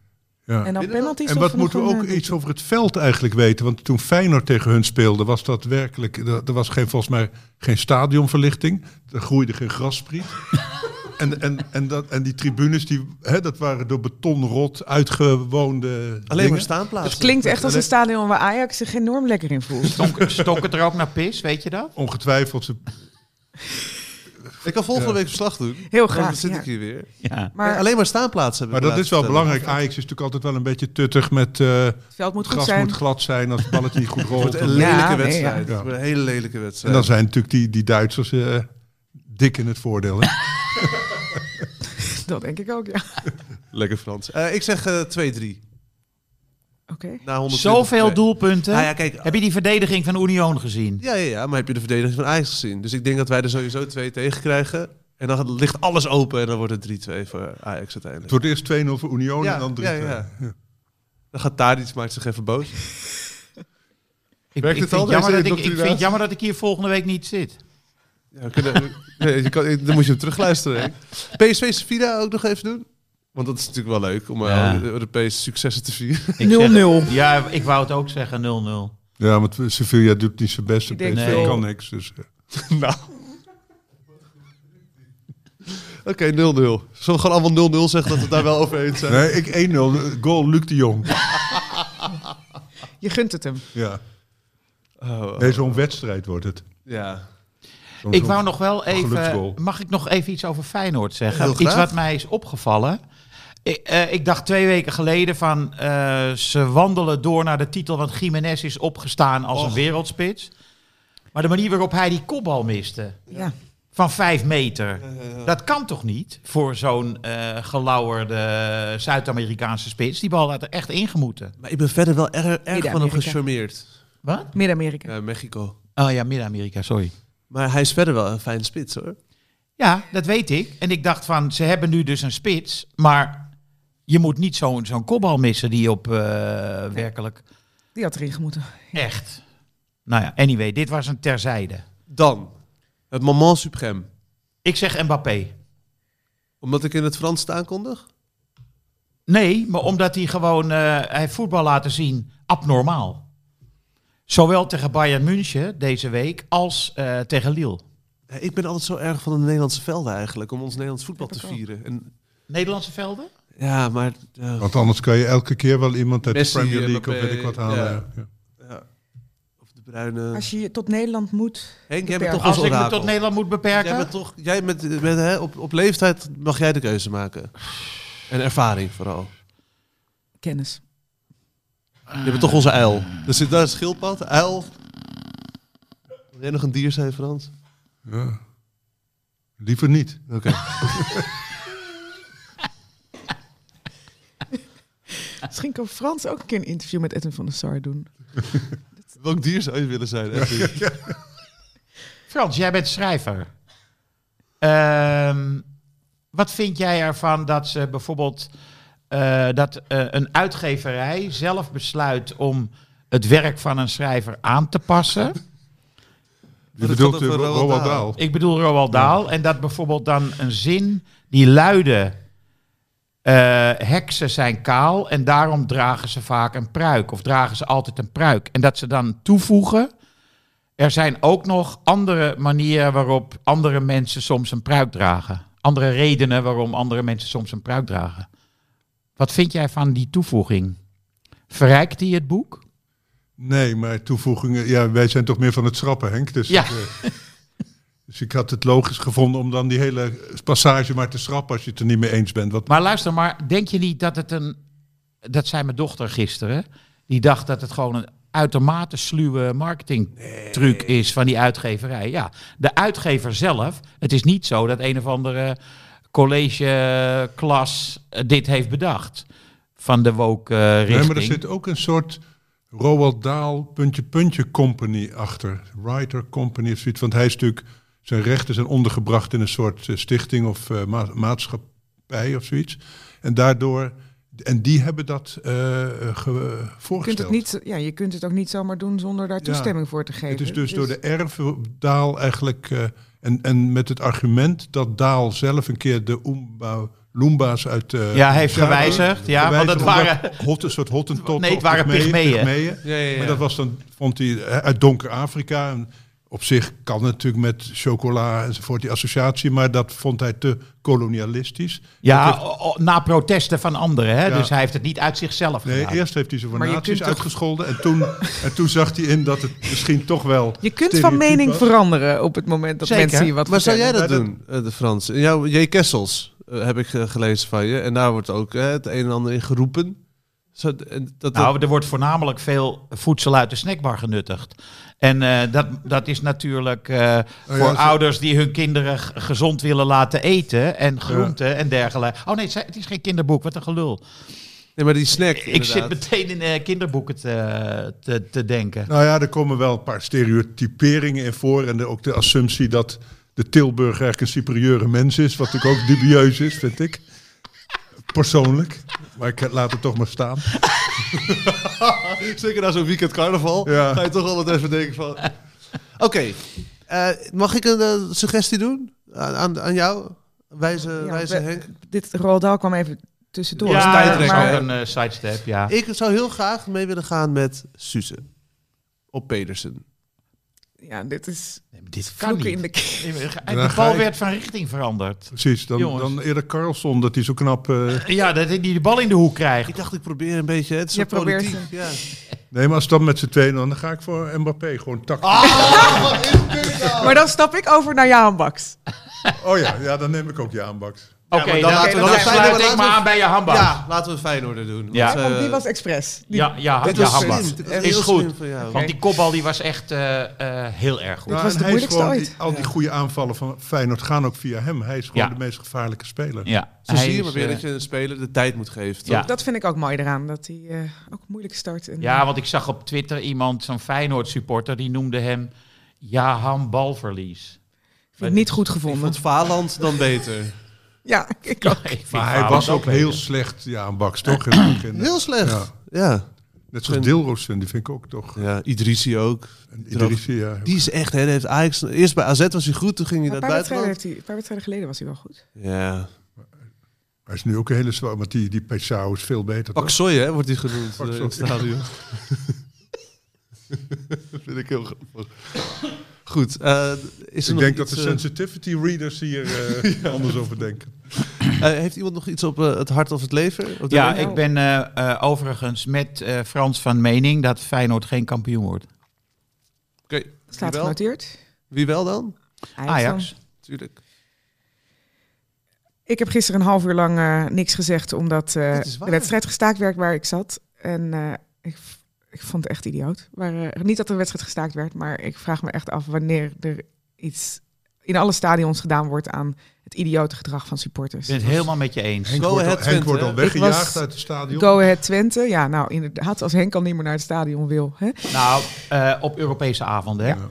Speaker 6: Ja.
Speaker 2: En dan penalties
Speaker 6: En
Speaker 2: of
Speaker 6: wat
Speaker 2: nog
Speaker 6: moeten we
Speaker 2: een,
Speaker 6: ook
Speaker 2: eh,
Speaker 6: iets over het veld eigenlijk weten? Want toen Feyenoord tegen hun speelde, was dat werkelijk... Er er was geen, volgens mij geen stadionverlichting. Er groeide geen grasspriet. en, en, en, dat, en die tribunes, die, hè, dat waren door betonrot uitgewoonde
Speaker 4: Alleen maar
Speaker 6: dingen.
Speaker 4: staanplaatsen.
Speaker 2: Het klinkt echt als een stadion waar Ajax zich enorm lekker in voelt.
Speaker 5: Stonk, stonk het er ook naar pis, weet je dat?
Speaker 6: Ongetwijfeld. ze-
Speaker 4: Ik kan volgende
Speaker 6: Ja.
Speaker 4: week verslag doen. Heel
Speaker 2: Heel Oh, graag.
Speaker 4: Dan zit
Speaker 2: ja.
Speaker 4: ik hier weer.
Speaker 5: Ja.
Speaker 2: Maar
Speaker 4: Alleen maar staanplaatsen
Speaker 6: Maar
Speaker 4: hebben we
Speaker 6: dat is wel
Speaker 4: laten vertellen.
Speaker 6: belangrijk. Ajax is natuurlijk altijd wel een beetje tuttig met... eh
Speaker 2: het veld moet goed
Speaker 6: gras
Speaker 2: zijn.
Speaker 6: moet glad zijn als het balletje niet goed
Speaker 4: Het
Speaker 6: rolt.
Speaker 4: wordt een eh,
Speaker 6: En
Speaker 4: lelijke
Speaker 2: Ja, nee,
Speaker 4: wedstrijd.
Speaker 2: ja.
Speaker 4: Het wordt een hele lelijke wedstrijd.
Speaker 6: dan zijn natuurlijk die, die Duitsers eh, dik in het voordeel. Hè?
Speaker 2: Dat denk ik ook, ja.
Speaker 4: Lekker Frans. Eh, ik zeg eh, 2-3.
Speaker 2: Oké.
Speaker 4: Na 120.
Speaker 5: Zoveel
Speaker 4: Nee.
Speaker 5: doelpunten.
Speaker 4: Nou ja, kijk.
Speaker 5: Heb je die verdediging van Union gezien?
Speaker 4: Ja, ja, ja, maar heb je de verdediging van Ajax gezien? Dus ik denk dat wij er sowieso twee tegen krijgen. En dan ligt alles open en dan wordt het 3-2 voor Ajax
Speaker 6: Het
Speaker 4: uiteindelijk.
Speaker 6: wordt eerst 2-0 voor Union
Speaker 4: Ja,
Speaker 6: en dan 3-2.
Speaker 4: ja, ja. Dan gaat Tadic, maakt zich even boos.
Speaker 5: Ik,
Speaker 6: Werkt
Speaker 5: ik,
Speaker 6: het al,
Speaker 5: vind, jammer dat
Speaker 6: deze
Speaker 5: ik, ik
Speaker 6: indoctrinatie?
Speaker 5: vind jammer dat ik hier volgende week niet zit.
Speaker 4: Ja, we kunnen, nee, je kan, dan moet je hem terugluisteren. Henk. PSV Sevilla ook nog even doen. Want dat is natuurlijk wel leuk om eh,
Speaker 5: Ja.
Speaker 4: alle Europese successen te vieren.
Speaker 5: Ik zeg-
Speaker 2: 0-0.
Speaker 5: Ja, ik wou het ook zeggen 0-0.
Speaker 6: Ja, want Sevilla doet niet zijn best.
Speaker 2: Ik
Speaker 6: Ik
Speaker 2: denk
Speaker 6: PSV
Speaker 5: wel-
Speaker 6: kan niks. Dus, eh.
Speaker 4: nou. Oké, 0-0. Zullen we gewoon allemaal 0-0 zeggen dat we het daar wel over eens zijn?
Speaker 6: nee, ik 1-0. Goal Luc de Jong.
Speaker 2: Je gunt het hem.
Speaker 6: Ja.
Speaker 4: Oh, oh.
Speaker 6: Nee, zo'n wedstrijd wordt het.
Speaker 4: Ja.
Speaker 6: Zo'n-
Speaker 5: Ik
Speaker 6: zo'n-
Speaker 5: wou nog wel even.
Speaker 6: geluksgoal.
Speaker 5: Mag ik nog even iets over Feyenoord
Speaker 4: Heel
Speaker 5: zeggen?
Speaker 4: graag.
Speaker 5: Iets wat mij is opgevallen. Ik, eh, ik dacht twee weken geleden van eh, ze wandelen door naar de titel, want Jiménez is opgestaan als een
Speaker 4: Och.
Speaker 5: wereldspits. Maar de manier waarop hij die kopbal miste,
Speaker 2: Ja.
Speaker 5: van vijf meter, dat kan toch niet voor zo'n eh gelauwerde Zuid-Amerikaanse spits? Die bal had er echt ingemoeten.
Speaker 4: Maar ik ben verder wel erg, erg van hem
Speaker 2: Midden-Amerika.
Speaker 4: gecharmeerd.
Speaker 5: Wat?
Speaker 2: Midden-Amerika.
Speaker 4: Ja, Mexico.
Speaker 5: Oh ja, Midden-Amerika, sorry.
Speaker 4: Maar hij is verder wel een fijne spits hoor.
Speaker 5: Ja, dat weet ik. En ik dacht van, ze hebben nu dus een spits, maar je moet niet zo'n zo'n kopbal missen die op eh, werkelijk
Speaker 2: Die had erin gemoeten.
Speaker 5: echt. Nou ja, anyway, dit was een terzijde.
Speaker 4: Dan, het moment suprême.
Speaker 5: Ik zeg Mbappé.
Speaker 4: Omdat ik in het Frans het aankondig?
Speaker 5: Nee, maar omdat hij gewoon eh, hij heeft voetbal laten zien abnormaal. Zowel tegen Bayern München deze week als eh, tegen Lille.
Speaker 4: Ja, Eh, Ik ben altijd zo erg van de Nederlandse velden eigenlijk, om ons Nederlands voetbal
Speaker 2: Heb ik
Speaker 4: te
Speaker 2: ook.
Speaker 4: vieren. En,
Speaker 5: Nederlandse velden?
Speaker 4: ja, maar... eh,
Speaker 6: Want anders kan je elke keer wel iemand uit
Speaker 4: Messi,
Speaker 6: de Premier League of
Speaker 4: Mbappé,
Speaker 6: weet ik wat halen.
Speaker 4: ja.
Speaker 6: ja. Ja.
Speaker 4: ja. Of de bruine...
Speaker 2: Als je je tot Nederland moet...
Speaker 4: Henk, jij bent
Speaker 2: beperkt.
Speaker 4: toch
Speaker 5: Als
Speaker 4: ons
Speaker 5: ik me
Speaker 4: orakel.
Speaker 5: tot Nederland moet
Speaker 4: Jij
Speaker 5: beperken?
Speaker 4: bent toch... Jij met, met, hè, op, op leeftijd mag jij de keuze maken. En ervaring vooral.
Speaker 2: Kennis.
Speaker 4: Je bent toch onze uil. Er zit daar een schildpad, uil. Wil jij nog een dier zijn, Frans?
Speaker 6: Ja. Liever niet.
Speaker 4: Oké.
Speaker 2: Misschien kan Frans ook een keer een interview met Edwin van der Sar doen.
Speaker 4: Welk dier zou je willen zijn? Edwin?
Speaker 5: Frans, jij bent schrijver. Ehm, wat vind jij ervan dat ze bijvoorbeeld eh, dat eh, een uitgeverij zelf besluit om het werk van een schrijver aan te passen?
Speaker 6: Je
Speaker 4: dat
Speaker 6: bedoelt
Speaker 4: gaat
Speaker 6: eh,
Speaker 4: over Roald
Speaker 6: Roald
Speaker 4: Dahl.
Speaker 6: Dahl.
Speaker 5: Ik bedoel Roald Dahl. En dat bijvoorbeeld dan een zin die luidde... eh, heksen zijn kaal en daarom dragen ze vaak een pruik. Of dragen ze altijd een pruik. En dat ze dan toevoegen... Er zijn ook nog andere manieren waarop andere mensen soms een pruik dragen. Andere redenen waarom andere mensen soms een pruik dragen. Wat vind jij van die toevoeging? Verrijkt die het boek?
Speaker 6: Nee, maar toevoegingen. Ja, wij zijn toch meer van het schrappen, Henk. Dus,
Speaker 5: Ja.
Speaker 6: eh, dus ik had het logisch gevonden om dan die hele passage maar te schrappen als je het er niet mee eens bent. Wat
Speaker 5: Maar luister maar, denk je niet dat het een... Dat zei mijn dochter gisteren. Die dacht dat het gewoon een uitermate sluwe marketingtruc is van die uitgeverij. Ja, de uitgever zelf. Het is niet zo dat een of andere collegeklas dit heeft bedacht. Van de woke eh, richting.
Speaker 6: Nee, maar er zit ook een soort Roald Daal puntje puntje company achter. Writer company of zoiets. Want hij is natuurlijk, zijn rechten zijn ondergebracht in een soort eh, stichting of eh, ma- maatschappij of zoiets. En daardoor, en die hebben dat eh eh, ge-
Speaker 2: Je
Speaker 6: voorgesteld.
Speaker 2: kunt het niet, ja, je kunt het ook niet zomaar doen zonder daar
Speaker 6: Ja.
Speaker 2: toestemming voor te geven.
Speaker 6: Het is dus, door de erfdaal eigenlijk. eh, en, en met het argument dat Daal zelf een keer de Oomba, Loomba's uit. eh,
Speaker 5: Ja, heeft
Speaker 6: Java
Speaker 5: gewijzigd, ja,
Speaker 6: gewijzigd
Speaker 5: want het
Speaker 6: omdat
Speaker 5: waren-
Speaker 6: hot- een soort hottentotten.
Speaker 5: Nee, het
Speaker 6: of
Speaker 5: waren pygmeeën.
Speaker 4: Ja, ja, ja.
Speaker 6: Maar dat was dan, vond hij, eh, uit donker Afrika. En op zich kan het natuurlijk met chocola enzovoort die associatie. Maar dat vond hij te kolonialistisch.
Speaker 5: Ja,
Speaker 6: Dat heeft-
Speaker 5: o- o- na protesten van anderen. Hè?
Speaker 6: Ja.
Speaker 5: Dus hij heeft het niet uit zichzelf
Speaker 6: Nee,
Speaker 5: gedaan.
Speaker 6: eerst heeft hij ze voor
Speaker 2: Maar je
Speaker 6: nazi's
Speaker 2: kunt toch-
Speaker 6: uitgescholden. En, toen, en toen zag hij in dat het misschien toch wel...
Speaker 2: Je kunt van
Speaker 6: stereotyp
Speaker 2: mening
Speaker 6: was.
Speaker 2: veranderen op het moment dat
Speaker 5: Zeker.
Speaker 2: mensen je wat
Speaker 4: Maar zou jij
Speaker 2: vertellen.
Speaker 4: dat
Speaker 6: Ja, dat-
Speaker 4: doen, eh, de Frans? Jouw J. Kessels eh, heb ik eh, gelezen van je. En daar wordt ook eh, het een en ander in geroepen. Zo, en dat, dat-
Speaker 5: Nou, er wordt voornamelijk veel voedsel uit de snackbar genuttigd. En eh, dat, dat is natuurlijk
Speaker 4: Oh
Speaker 5: eh, voor
Speaker 6: zo-
Speaker 5: ouders die hun kinderen g- gezond willen laten eten. En groenten en dergelijke. Oh nee, het is- het is geen kinderboek. Wat een gelul.
Speaker 4: nee, maar die snack.
Speaker 5: Ik zit
Speaker 4: inderdaad.
Speaker 5: meteen in eh, kinderboeken te, te, te denken.
Speaker 6: Nou ja, er komen wel een paar stereotyperingen in voor. En de- ook de assumptie dat de Tilburger eigenlijk een superieure mens is. Wat natuurlijk ook dubieus is, vind ik. Persoonlijk. Maar ik laat het toch maar staan.
Speaker 4: Zeker na zo'n weekend carnaval.
Speaker 6: Ja.
Speaker 4: Ga je toch altijd even denken van... Oké, eh, mag ik een eh, suggestie doen? Aan, aan, aan jou? Wijze,
Speaker 2: Ja,
Speaker 4: wijze
Speaker 2: we-
Speaker 4: Henk.
Speaker 2: Dit Roald Dahl kwam even tussendoor. Dus
Speaker 4: Ja,
Speaker 5: dat is
Speaker 4: tijdrekker,
Speaker 5: ook
Speaker 4: hè?
Speaker 2: maar,
Speaker 5: een eh, sidestep, ja.
Speaker 4: Ik zou heel graag mee willen gaan met Suze. Op Pedersen.
Speaker 2: ja, dit is
Speaker 5: Nee, maar Dit kan
Speaker 2: vloeken in de
Speaker 5: niet.
Speaker 2: kerk.
Speaker 5: En
Speaker 6: Daar
Speaker 5: de
Speaker 6: ga
Speaker 5: bal
Speaker 6: ik.
Speaker 5: werd van richting veranderd.
Speaker 6: Precies, dan,
Speaker 5: Jongens.
Speaker 6: dan eerder Carlson, dat hij zo knap... eh,
Speaker 5: Ja, dat hij de bal in de hoek krijgt.
Speaker 4: Ik dacht, ik probeer een beetje... Het is
Speaker 2: Je
Speaker 4: zo
Speaker 2: probeert
Speaker 4: politiek. Ja.
Speaker 6: Nee, maar als dan met z'n tweeën, dan ga ik voor Mbappé. Gewoon tactisch.
Speaker 2: Ah! maar dan stap ik over naar Jaan Baks.
Speaker 6: Oh ja, ja, dan neem ik ook Jaan Baks.
Speaker 5: Oké,
Speaker 4: maar dan
Speaker 5: dan,
Speaker 4: laten we-
Speaker 5: dan
Speaker 4: dan
Speaker 5: sluit
Speaker 4: laten we-
Speaker 5: ik me aan bij je handbak.
Speaker 4: ja, laten we Feyenoord doen.
Speaker 5: Ja.
Speaker 4: Want, eh,
Speaker 2: Want Oh, die was expres. Die-
Speaker 5: Ja, ja,
Speaker 4: dit
Speaker 5: ja,
Speaker 4: was
Speaker 5: handbak.
Speaker 4: slim. Dit was
Speaker 5: Is
Speaker 4: heel
Speaker 5: goed.
Speaker 4: slim van jou.
Speaker 5: Want die kopbal die was echt eh, eh, heel erg goed.
Speaker 6: Ja,
Speaker 2: was
Speaker 6: Nou, en
Speaker 2: de
Speaker 6: hij is
Speaker 2: moeilijkste
Speaker 6: gewoon
Speaker 2: ooit.
Speaker 6: die- al die goede aanvallen van Feyenoord gaan ook via hem. Hij is gewoon
Speaker 5: Ja.
Speaker 6: de meest gevaarlijke speler.
Speaker 5: Ja,
Speaker 4: Zo
Speaker 5: hij
Speaker 4: zie je
Speaker 5: is,
Speaker 4: maar weer
Speaker 5: eh,
Speaker 4: dat je een speler de tijd moet geven. toch?
Speaker 5: Ja.
Speaker 2: Dat vind ik ook mooi eraan, dat hij eh, ook moeilijk start. En, eh,
Speaker 5: Ja, want ik zag op Twitter iemand, zo'n Feyenoord supporter, die noemde hem Jahan Balverlies.
Speaker 2: vind het niet goed
Speaker 4: Ik
Speaker 2: gevonden.
Speaker 4: vond Valand dan beter.
Speaker 2: Ja, ik ook.
Speaker 5: Ik vind
Speaker 6: Maar hij
Speaker 5: Feyenoord
Speaker 6: was ook
Speaker 5: beter.
Speaker 6: heel slecht, Jaan Baks, toch? In het begin.
Speaker 4: Heel slecht.
Speaker 6: Ja.
Speaker 4: Ja.
Speaker 6: Net zoals Dilrosen, die vind ik ook toch.
Speaker 4: ja. Idrissi ook.
Speaker 6: En Idrissi, ja.
Speaker 4: Die is echt, hè, die heeft Ajax, eerst bij AZ was hij goed, toen ging hij
Speaker 2: Een paar,
Speaker 4: naar het
Speaker 2: wedstrijden
Speaker 4: buitenland.
Speaker 2: heeft hij, een paar wedstrijden geleden was hij wel goed.
Speaker 4: Ja.
Speaker 6: Hij is nu ook een hele zwaar, want die, die Pesao is veel beter. toch?
Speaker 4: Paxoy, hè, wordt hij genoemd
Speaker 6: Pak
Speaker 4: eh, in het
Speaker 6: Soy.
Speaker 4: stadion. dat vind ik heel grappig. Goed, eh, is er
Speaker 6: Ik
Speaker 4: nog
Speaker 6: denk dat
Speaker 4: iets,
Speaker 6: de
Speaker 4: eh,
Speaker 6: sensitivity readers hier eh, anders over denken.
Speaker 4: eh, heeft iemand nog iets op eh, het hart of het leven? Op de
Speaker 5: Ja,
Speaker 4: leven?
Speaker 5: ik ben eh, eh, overigens met eh, Frans van mening dat Feyenoord geen kampioen wordt.
Speaker 4: Oké,
Speaker 2: Staat
Speaker 4: wie, wel?
Speaker 2: genoteerd.
Speaker 4: Wie wel dan?
Speaker 2: dan.
Speaker 5: Ajax.
Speaker 4: Tuurlijk.
Speaker 2: Ik heb gisteren een half uur lang eh, niks gezegd, omdat eh,
Speaker 4: Dat is waar.
Speaker 2: de wedstrijd gestaakt werd waar ik zat. En eh, ik, v- ik vond het echt idioot. Maar, eh, niet dat de wedstrijd gestaakt werd, maar ik vraag me echt af wanneer er iets in alle stadions gedaan wordt aan het idiote gedrag van supporters.
Speaker 5: Ik ben het helemaal met je eens.
Speaker 6: Henk,
Speaker 4: Go
Speaker 6: wordt al,
Speaker 4: ahead,
Speaker 6: Henk wordt
Speaker 4: Twente,
Speaker 6: al
Speaker 4: hè?
Speaker 6: weggejaagd
Speaker 2: Ik eh, was-
Speaker 6: uit het stadion.
Speaker 2: Dus Go Ahead Twente, ja nou inderdaad, als Henk al niet meer naar het stadion wil. Hè?
Speaker 5: Nou, eh, op Europese avonden. Hè?
Speaker 6: Ja.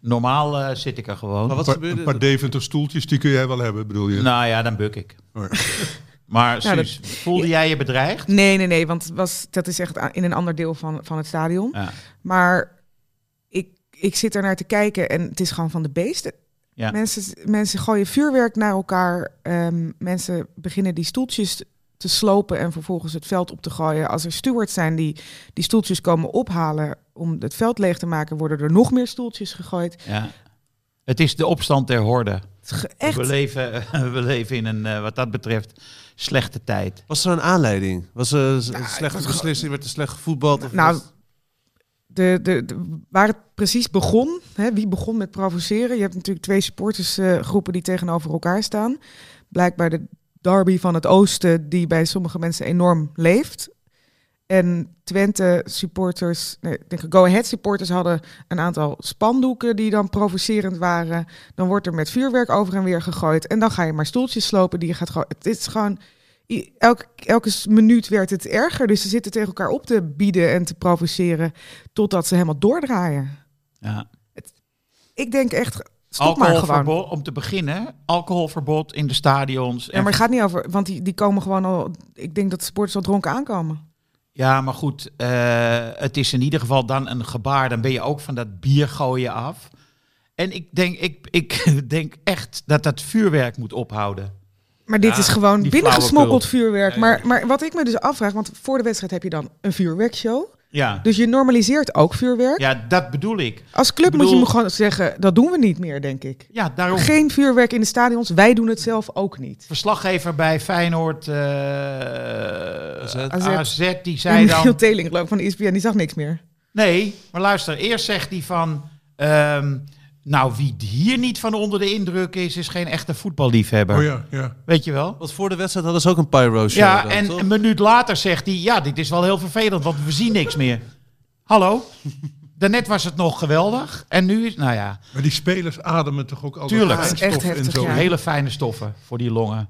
Speaker 5: Normaal eh, zit ik er
Speaker 4: Maar
Speaker 5: gewoon.
Speaker 4: wat
Speaker 6: Een paar-
Speaker 4: gebeurde
Speaker 6: een paar
Speaker 4: er?
Speaker 6: Deventer stoeltjes, die kun jij wel hebben, bedoel je?
Speaker 5: Nou ja, dan buk ik.
Speaker 6: Maar-
Speaker 5: Maar
Speaker 2: Nou,
Speaker 5: Suus, voelde jij je bedreigd?
Speaker 2: Nee, nee, nee, want het was, dat is echt a- in een ander deel van, van het stadion.
Speaker 5: Ja.
Speaker 2: Maar ik, ik zit er naar te kijken en het is gewoon van de beesten.
Speaker 5: Ja.
Speaker 2: Mensen, mensen gooien vuurwerk naar elkaar. Ehm, mensen beginnen die stoeltjes te slopen en vervolgens het veld op te gooien. Als er stewards zijn die die stoeltjes komen ophalen om het veld leeg te maken, worden er nog meer stoeltjes gegooid.
Speaker 5: Ja. Het is de opstand der horde.
Speaker 2: Het is ge-
Speaker 5: We,
Speaker 2: Echt.
Speaker 5: leven, we leven in een, eh, wat dat betreft, slechte tijd.
Speaker 4: Was er een aanleiding? Was er een slechte beslissing? Werd er slecht gevoetbald? Of
Speaker 2: Nou,
Speaker 4: was-
Speaker 2: de, de, de- waar het precies begon, hè, wie begon met provoceren. Je hebt natuurlijk twee supportersgroepen die tegenover elkaar staan. Blijkbaar de derby van het oosten, die bij sommige mensen enorm leeft. En Twente supporters, nee, ik denk Go Ahead supporters hadden een aantal spandoeken die dan provocerend waren. Dan wordt er met vuurwerk over en weer gegooid. En dan ga je maar stoeltjes slopen die je gaat gooien. Het is gewoon i- elke, elke s- minuut werd het erger. Dus ze zitten tegen elkaar op te bieden en te provoceren totdat ze helemaal doordraaien.
Speaker 5: Ja.
Speaker 2: Ik denk echt, stop maar gewoon.
Speaker 5: Alcoholverbod, om te beginnen, alcoholverbod in de stadions.
Speaker 2: Ja, maar het gaat niet over, want die, die komen gewoon al. Ik denk dat sporters al dronken aankomen.
Speaker 5: Ja, maar goed, eh, het is in ieder geval dan een gebaar. Dan ben je ook van dat bier gooien af. En ik denk, ik, ik denk echt dat dat vuurwerk moet ophouden.
Speaker 2: Maar dit
Speaker 5: Ja,
Speaker 2: is gewoon
Speaker 5: die
Speaker 2: binnengesmokkeld
Speaker 5: flauwekul.
Speaker 2: vuurwerk.
Speaker 5: Ja, ja.
Speaker 2: Maar, maar wat ik me dus afvraag, want voor de wedstrijd heb je dan een vuurwerkshow.
Speaker 5: Ja,
Speaker 2: Dus je normaliseert ook vuurwerk.
Speaker 5: ja dat bedoel ik.
Speaker 2: Als club
Speaker 5: Ik bedoel-
Speaker 2: moet je me gewoon zeggen, dat doen we niet meer, denk ik.
Speaker 5: Ja, daarom.
Speaker 2: Geen vuurwerk in de stadions, wij doen het zelf ook niet.
Speaker 5: Verslaggever bij Feyenoord eh, AZ. die zei
Speaker 2: En Michiel
Speaker 5: dan...
Speaker 2: Teling, geloof ik, van E de ESPN, die zag niks meer.
Speaker 5: Nee, maar luister, eerst zegt hij van... ehm, nou, wie hier niet van onder de indruk is, is geen echte voetballiefhebber.
Speaker 6: Oh ja, ja.
Speaker 5: Weet je wel?
Speaker 4: Want voor de wedstrijd hadden ze ook een pyro show.
Speaker 5: Ja,
Speaker 4: dan,
Speaker 5: en
Speaker 4: toch?
Speaker 5: een minuut later zegt hij: Ja, dit is wel heel vervelend, want we zien niks meer. Hallo? Daarnet was het nog geweldig. En nu is, nou ja,
Speaker 6: Maar die spelers ademen toch ook altijd
Speaker 5: Tuurlijk.
Speaker 2: Dat is echt
Speaker 6: fijnstof
Speaker 2: heftig,
Speaker 6: en zo.
Speaker 2: ja.
Speaker 5: hele fijne stoffen voor die longen.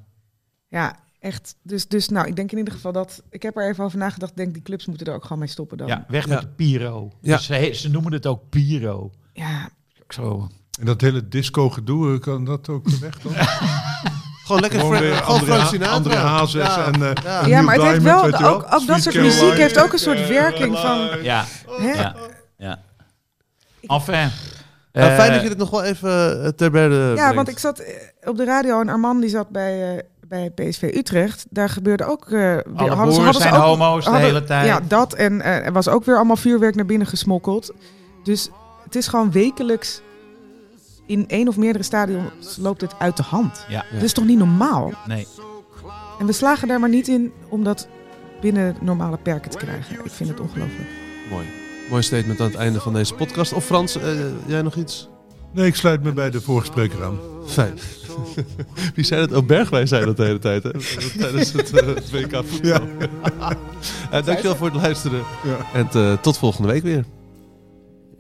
Speaker 2: Ja, echt. Dus, dus nou, ik denk in ieder geval dat... Ik heb er even over nagedacht, denk die clubs moeten er ook gewoon mee stoppen dan.
Speaker 5: Ja, weg
Speaker 4: Ja.
Speaker 5: met de Piro.
Speaker 4: Ja.
Speaker 5: Dus ze, ze noemen het ook Piro.
Speaker 2: ja
Speaker 5: Ik Zo.
Speaker 6: En dat hele disco gedoe, kan dat ook weg dan?
Speaker 4: Gewoon lekker
Speaker 6: Gewoon
Speaker 4: Fra-
Speaker 6: weer
Speaker 4: gewoon
Speaker 6: André,
Speaker 4: Frank
Speaker 6: Ha-
Speaker 4: Sinatra.
Speaker 6: André Hazes
Speaker 4: Ja.
Speaker 6: en eh,
Speaker 4: Ja.
Speaker 6: Neil
Speaker 2: Ja, maar het heeft
Speaker 6: Diamond, weet
Speaker 2: wel,
Speaker 6: je wel.
Speaker 2: ook, ook dat
Speaker 6: Sweet
Speaker 2: soort
Speaker 6: Caroline.
Speaker 2: muziek heeft ook een soort werking van...
Speaker 5: Ja,
Speaker 2: Hè?
Speaker 5: ja, ja. Enfin.
Speaker 4: Nou, fijn
Speaker 5: eh,
Speaker 4: dat je dit nog wel even eh, ter berde
Speaker 2: Ja,
Speaker 4: brengt.
Speaker 2: want ik zat eh, op de radio en Armand die zat bij, eh, bij PSV Utrecht. Daar gebeurde ook... eh, weer-
Speaker 5: alle
Speaker 2: hadden ze-
Speaker 5: boeren
Speaker 2: hadden ze
Speaker 5: zijn
Speaker 2: ook-
Speaker 5: homo's de
Speaker 2: hadden-
Speaker 5: hele tijd.
Speaker 2: Ja, dat. En eh, er was ook weer allemaal vuurwerk naar binnen gesmokkeld. Dus het is gewoon wekelijks... In één of meerdere stadions loopt het uit de hand.
Speaker 5: Ja.
Speaker 2: Dat is toch niet normaal?
Speaker 5: Nee.
Speaker 2: En we slagen daar maar niet in om dat binnen normale perken te krijgen. Ik vind het ongelooflijk.
Speaker 4: Mooi. Mooi statement aan het einde van deze podcast. Of Frans, eh, jij nog iets?
Speaker 6: Nee, ik sluit me bij de vorige spreker aan.
Speaker 4: Fijn. Wie zei dat? Oh, Bergwijn zei dat de hele tijd, hè? Tijdens het, eh, het WK voetbal.
Speaker 6: Ja.
Speaker 3: Hmm?
Speaker 4: Eh, dankjewel voor het luisteren.
Speaker 6: Ja.
Speaker 4: En eh, tot volgende week weer.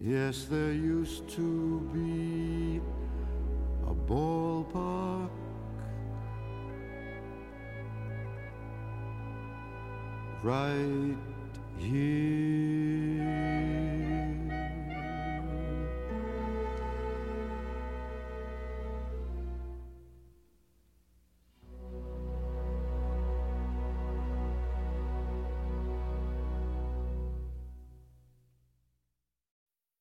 Speaker 3: Yes, there used to be a ballpark right here.